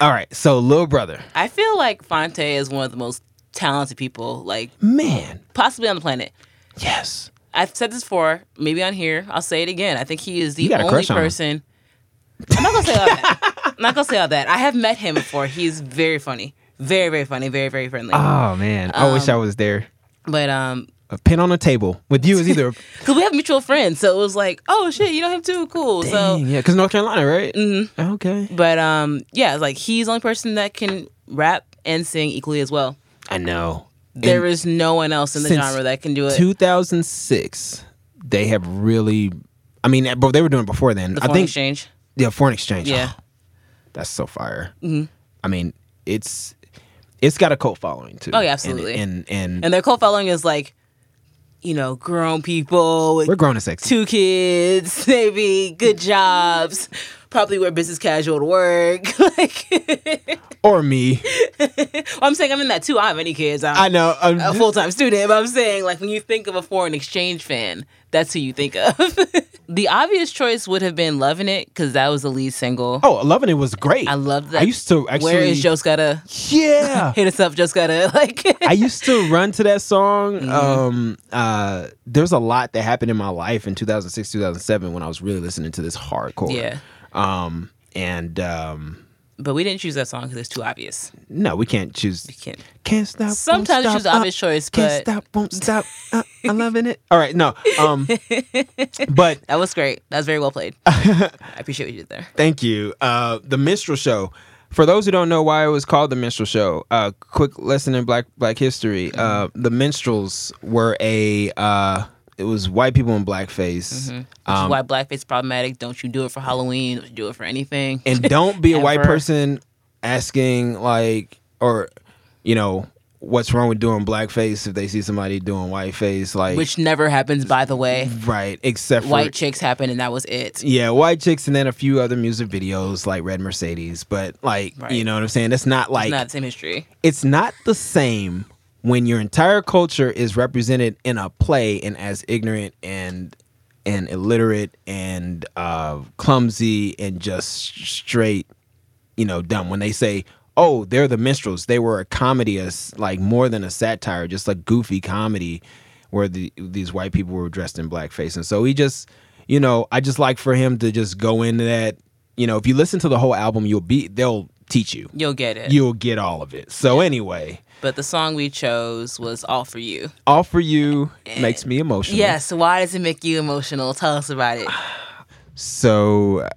A: all right. So, little brother,
D: I feel like Fonte is one of the most talented people, like
A: man,
D: possibly on the planet.
A: yes.
D: I've said this before, maybe on here. I'll say it again. I think he is the
A: You got a
D: only
A: crush on him.
D: person I'm not gonna say all that. I'm not gonna say all that. I have met him before. He's very funny, very very funny, very very friendly.
A: Oh man, I wish I
D: Um,
A: was there.
D: But um,
A: A pin on a table with you is either
D: <laughs> Cause we have mutual friends, so it was like, oh shit, you know him too, cool.
A: Dang, yeah, because North Carolina, right? Mm-hmm. Okay.
D: So, but um, yeah, it's like he's the only person that can rap and sing equally as well.
A: I know.
D: There is no one else in the
A: since
D: genre that can do it.
A: 2006, they have really. I mean, eh, bro, they were doing it before then.
D: the
A: I
D: foreign
A: think.
D: exchange.
A: Yeah, foreign exchange. Oh,
D: Yeah.
A: that's so fire.
D: Mhm.
A: I mean, it's it's got a cult following too.
D: Oh, yeah,
A: And-
D: absolutely.
A: And and,
D: And their cult following is like, you know, grown people. With
A: we're grown and sexy.
D: Two kids, <laughs> maybe good jobs. Probably wear business casual to work. <laughs> like, <laughs>
A: or me.
D: I'm saying I'm in that too. I don't have any kids. I'm
A: I know. Um, I'm
D: a
A: just-
D: full time student. But I'm saying, like, when you think of a foreign exchange fan, that's who you think of. <laughs> the obvious choice would have been "Loving It" because that was the lead single.
A: Oh, loving it was great.
D: I loved that.
A: I used to actually.
D: Where is Joe Scotta?
A: Yeah.
D: <laughs> Hit us up, Joe Scotta. <laughs> Like,
A: I used to run to that song.
D: Mm-hmm.
A: Um, uh, there's a lot that happened in my life in 2006, 2007 when I was really listening to this hardcore.
D: Yeah.
A: Um, and um,
D: but we didn't choose that song because it's too obvious.
A: no, we can't choose. We
D: can't.
A: Can't stop. won't
D: Sometimes
A: stop,
D: choose the obvious
A: uh,
D: choice,
A: Can't
D: but
A: stop.
D: <laughs>
A: Won't stop. Uh, I'm loving it. All right. No. Um, but
D: that was great. That was very well
A: <laughs>
D: played. I appreciate what you did there.
A: Thank you. Uh, the Minstrel Show. For those who don't know why it was called the Minstrel Show, uh, quick lesson in Black Black history. Uh, the minstrels were a uh, it was white people in blackface,
D: Which is
A: um,
D: why blackface is problematic. Don't you do it for Halloween. Don't you do it for anything.
A: and don't be a white
D: Ever.
A: person asking like or you know what's wrong with doing blackface if they see somebody doing whiteface like
D: Which never happens, by the way.
A: right except for
D: White chicks happened, and that was it.
A: Yeah, White Chicks and then a few other music videos like Red Mercedes, but like you
D: Right.
A: know what I'm saying? That's not like
D: It's not the same history.
A: it's not the same when your entire culture is represented in a play and as ignorant and and illiterate and uh, clumsy and just straight, you know, dumb. When they say, "Oh, they're the minstrels," they were a comedy, a s like more than a satire, just a goofy comedy, where the, these white people were dressed in blackface, and so he just, you know, I just like for him to just go into that. You know, if you listen to the whole album, you'll be they'll teach you
D: You'll get it.
A: you'll get all of it. So anyway,
D: But the song we chose was All For You.
A: all for you makes me emotional.
D: Yes, why does it make you emotional? Tell us about it.
A: So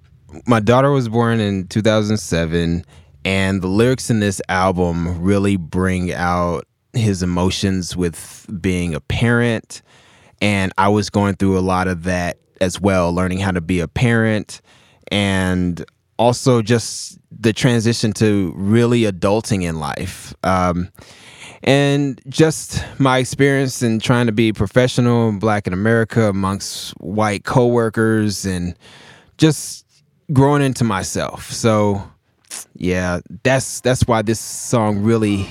A: my daughter was born in 2007 and the lyrics in this album really bring out his emotions with being a parent and I was going through a lot of that as well, learning how to be a parent and also just the transition to really adulting in life. Um, and just my experience in trying to be professional and black in America amongst white coworkers and just growing into myself. So yeah, that's that's why this song really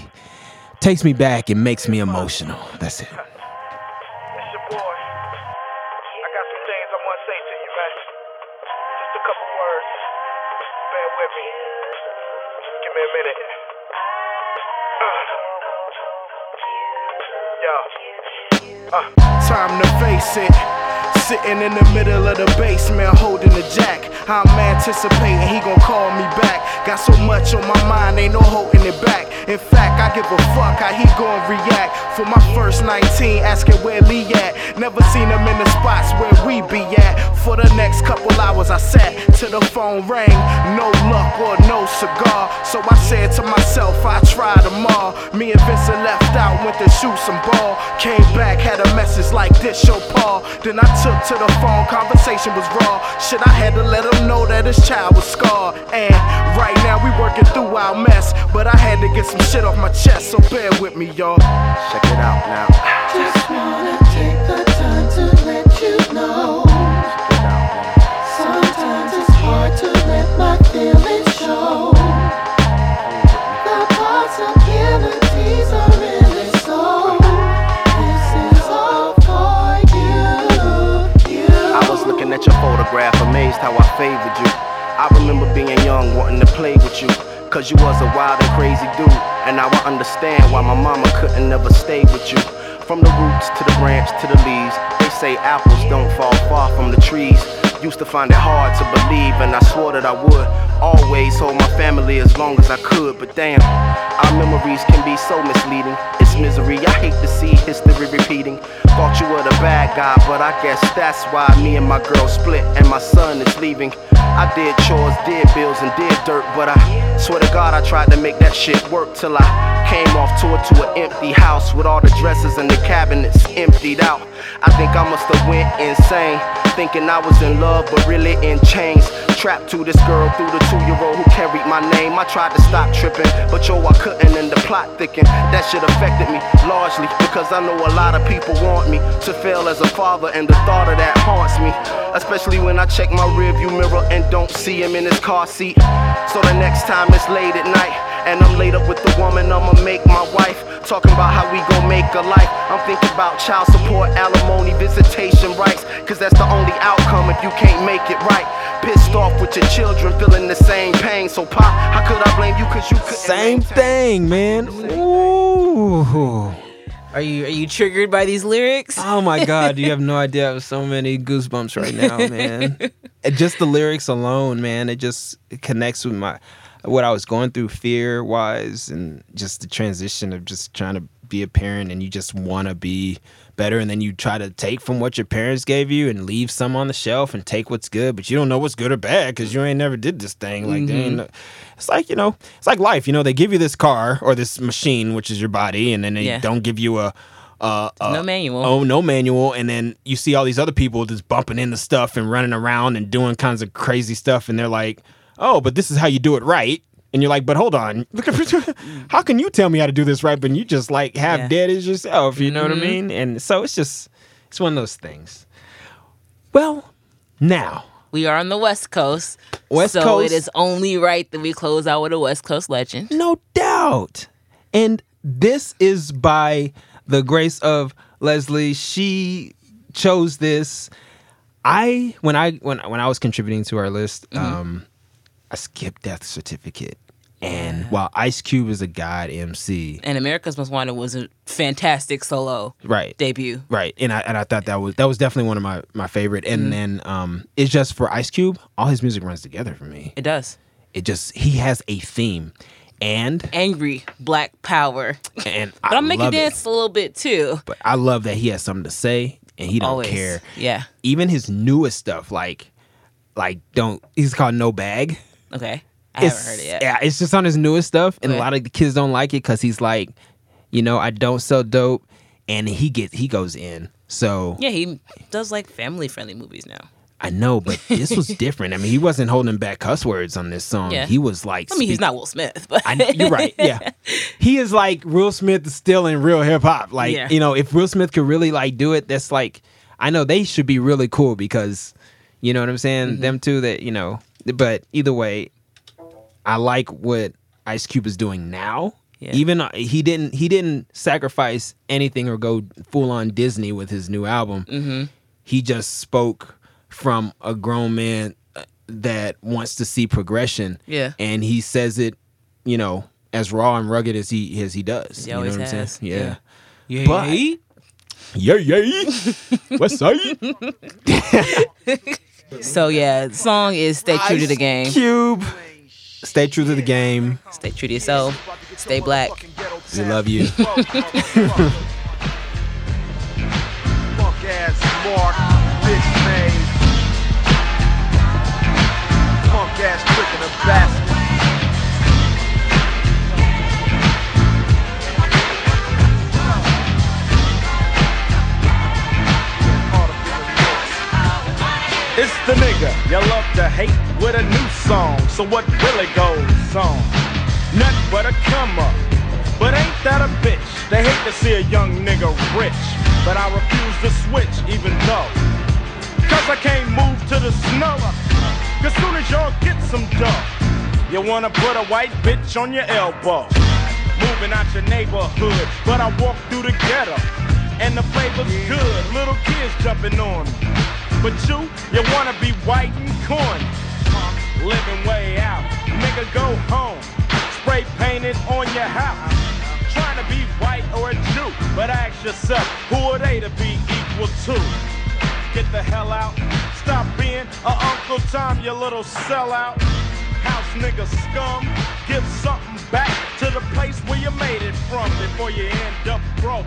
A: takes me back and makes me emotional. That's it.
J: I got some things I want to say to you, man. Just a couple words. Bear with me. Give me a minute.
N: Uh, time to face it. Sitting in the middle of the basement holding the jack. I'm anticipating he gon' call me back. Got so much on my mind, ain't no holding it back. In fact, I give a fuck how he gon' react. For my first 19, asking where Lee at. Never seen him in the spots where we be at. For the next couple hours, I sat till the phone rang. No luck or no cigar. So I said to myself, I try them all. Me and Vincent left out, went to shoot some ball. Came back, had a message like this, yo, Paul. Then I took to the phone, conversation was raw. Shit, I had to let him know that his child was scarred. And right now we working through our mess. But I had to get some shit off my chest, so bear with me, y'all. Check it out now.
H: Just wanna take the time to let you know. Sometimes it's hard to let my feelings show. The possibilities are really so. This is all for you. You.
N: I was looking at your photograph, amazed how I favored you. I remember being young, wanting to play with you. Cause you was a wild and crazy dude. And now I understand why my mama couldn't ever stay with you. From the roots to the branch to the leaves, they say apples don't fall far from the trees. Used to find it hard to believe, and I swore that I would always hold my family as long as I could. But damn, our memories can be so misleading. It's misery, I hate to see history repeating. Thought you were the bad guy, but I guess that's why me and my girl split, and my son is leaving. I did chores, did bills, and did dirt, but I swear to God, I tried to make that shit work till I came off tour to an empty house with all the dresses and the cabinets emptied out. I think I must have went insane, thinking I was in love, but really in chains. Trapped to this girl through the two-year-old who carried my name. I tried to stop tripping, but yo, I couldn't, and the plot thickened. That shit affected me largely because I know a lot of people want me to fail as a father, and the thought of that haunts me, especially when I check my rearview mirror and don't see him in his car seat. So the next time it's late at night, and I'm laid up with the woman I'ma make my wife. Talking about how we gon' make a life. I'm thinking about child support, alimony, visitation rights. Cause that's the only outcome if you can't make it right. Pissed off with your children, feeling the same pain. So, Pop, how could I blame you? Cause you couldn't.
A: Same thing, man. Ooh.
D: Are you are you triggered by these lyrics?
A: Oh my God,
D: <laughs>
A: you have no idea. I have so many goosebumps right now, man. And just the lyrics alone, man, it just it connects with my what I was going through fear wise and just the transition of just trying to be a parent and you just want to be better and then you try to take from what your parents gave you and leave some on the shelf and take what's good but you don't know what's good or bad because you ain't never did this thing like they ain't
D: Mm-hmm.
O: Mhm.
A: it's like you know it's like life you know they give you this car or this machine which is your body and then they
D: Yeah.
A: don't give you a uh,
D: No manual.
A: Oh, no manual. And then you see all these other people just bumping into stuff and running around and doing kinds of crazy stuff. And they're like, oh, but this is how you do it right. And you're like, but hold on. <laughs> Look at- how can you tell me how to do this right? But you just like half
O: Yeah.
A: dead as yourself. You know
O: Mhm.
A: what I mean? And so it's just, it's one of those things. Well, now.
D: We are on the West Coast.
A: West
D: so
A: Coast.
D: it is only right that we close out with a West Coast legend.
A: No doubt. And this is by the grace of Leslie. She chose this. I when I when when I was contributing to our list,
D: Mm-hmm.
A: um, I skipped Death Certificate. And while Ice Cube is a god MC,
D: And America's Most Wanted was a fantastic solo
A: right
D: debut.
A: right and i and i thought that was that was definitely one of my my favorite and
D: Mhm.
A: then um it's just for ice cube all his music runs together for me
D: it does
A: it just he has a theme and
D: angry black power
A: and
D: But
A: I
D: I'll make you
A: love it.
D: dance a little bit too.
A: but i love that he has something to say and he don't
D: Always.
A: care
D: Yeah.
A: even his newest stuff like like don't he's called no bag
D: Okay. I
A: It's-
D: haven't heard it yet.
A: Yeah, it's just on his newest stuff, and
D: Okay.
A: a lot of the kids don't like it because he's like, you know, I don't sell dope, and he gets he goes in. So
D: Yeah, he does like family friendly movies now.
A: I know, but this
D: <laughs>
A: was different. I mean, he wasn't holding back cuss words on this song.
D: Yeah.
A: He was like,
D: I mean, he's
A: speak-
D: not Will Smith, but
A: I know, you're
D: <laughs>
A: right. Yeah, <laughs> he is like Will Smith is still in real hip hop. Like
D: Yeah.
A: you know, if Will Smith could really like do it, that's like I know they should be really cool because you know what I'm saying. Them two that you know. But either way, I like what Ice Cube is doing now.
D: Yeah.
A: Even uh, he didn't he didn't sacrifice anything or go full on Disney with his new album.
D: Mm-hmm.
A: He just spoke from a grown man uh, that wants to see progression
D: Yeah.
A: and he says it, you know, as raw and rugged as he as he does.
D: He
A: you know
D: always
A: what I'm
D: has,
A: saying? Yeah.
D: yeah.
A: But-
D: Yeah.
A: Yeah, yeah. What's up?
D: So yeah, the song is Stay True to the
A: Ice
D: Game.
A: Cube. Stay true to the game.
D: Stay true to yourself. Stay black.
A: We love you.
O: Punk ass mark, bitch made. Punk ass trick in a basket.
P: It's the nigga you love to hate with a new song. So what really goes on? Nothing but a come up. But ain't that a bitch? They hate to see a young nigga rich. But I refuse to switch even though. Cause I can't move to the snow. Cause soon as y'all get some dough, you wanna put a white bitch on your elbow. Moving out your neighborhood, but I walk through the ghetto. And the flavor's good, little kids jumping on me. But you, you wanna be white and corny. Living way out, nigga go home. Spray painted on your house. Trying to be white or a Jew, but ask yourself, who are they to be equal to? get the hell out. Stop being a Uncle Tom, you little sellout. House nigga scum, give something back to the place where you made it from before you end up broke.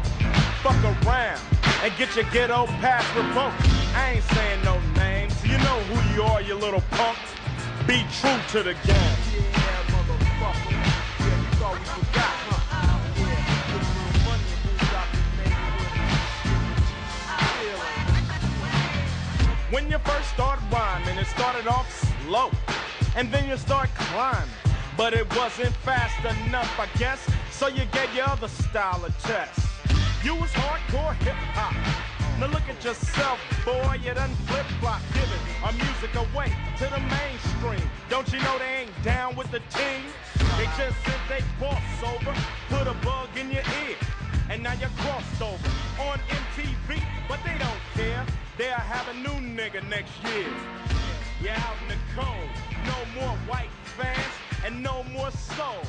P: Fuck around and get your ghetto pass revoked. I ain't saying no names, you know who you are, you little punk. Be true to the game. When you first start rhyming, it started off slow, and then you start climbing. But it wasn't fast enough, I guess, so you gave your other style a test. You was hardcore hip hop. Now look at yourself, boy, you done flip flop, giving our music away to the mainstream. Don't you know they ain't down with the team? They just sent they boss over, put a bug in your ear, and now you're crossed over on MTV, but they don't care. They'll have a new nigga next year. You're out in the cold, no more white fans and no more soul.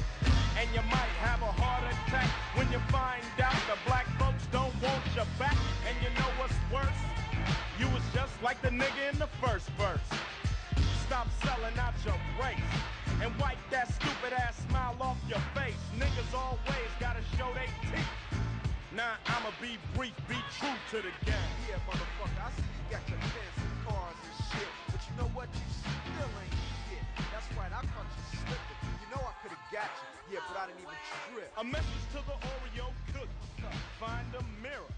P: And you might have a heart attack when you find out the black folks don't want you back. And you know what's worse? You was just like the nigga in the first verse. Stop selling out your race and wipe that stupid ass smile off your face. Niggas always gotta show they teeth. Now I'ma be brief, be true to the game. Yeah, motherfucker, I see you got your fancy cars and shit, but you know what? You still ain't shit. That's right, I caught you slipping. You know I could've got you, yeah, but I didn't even trip. A message to the Oreo cookie: find a mirror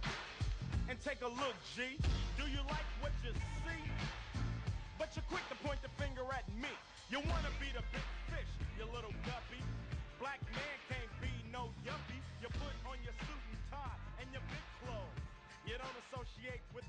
P: and take a look, G. Do you like what you see? But you're quick to point the finger at me. You wanna be the big fish, you little guppy. Black man can't be no yuppie. You put on your suit and tie and your big clothes. You don't associate with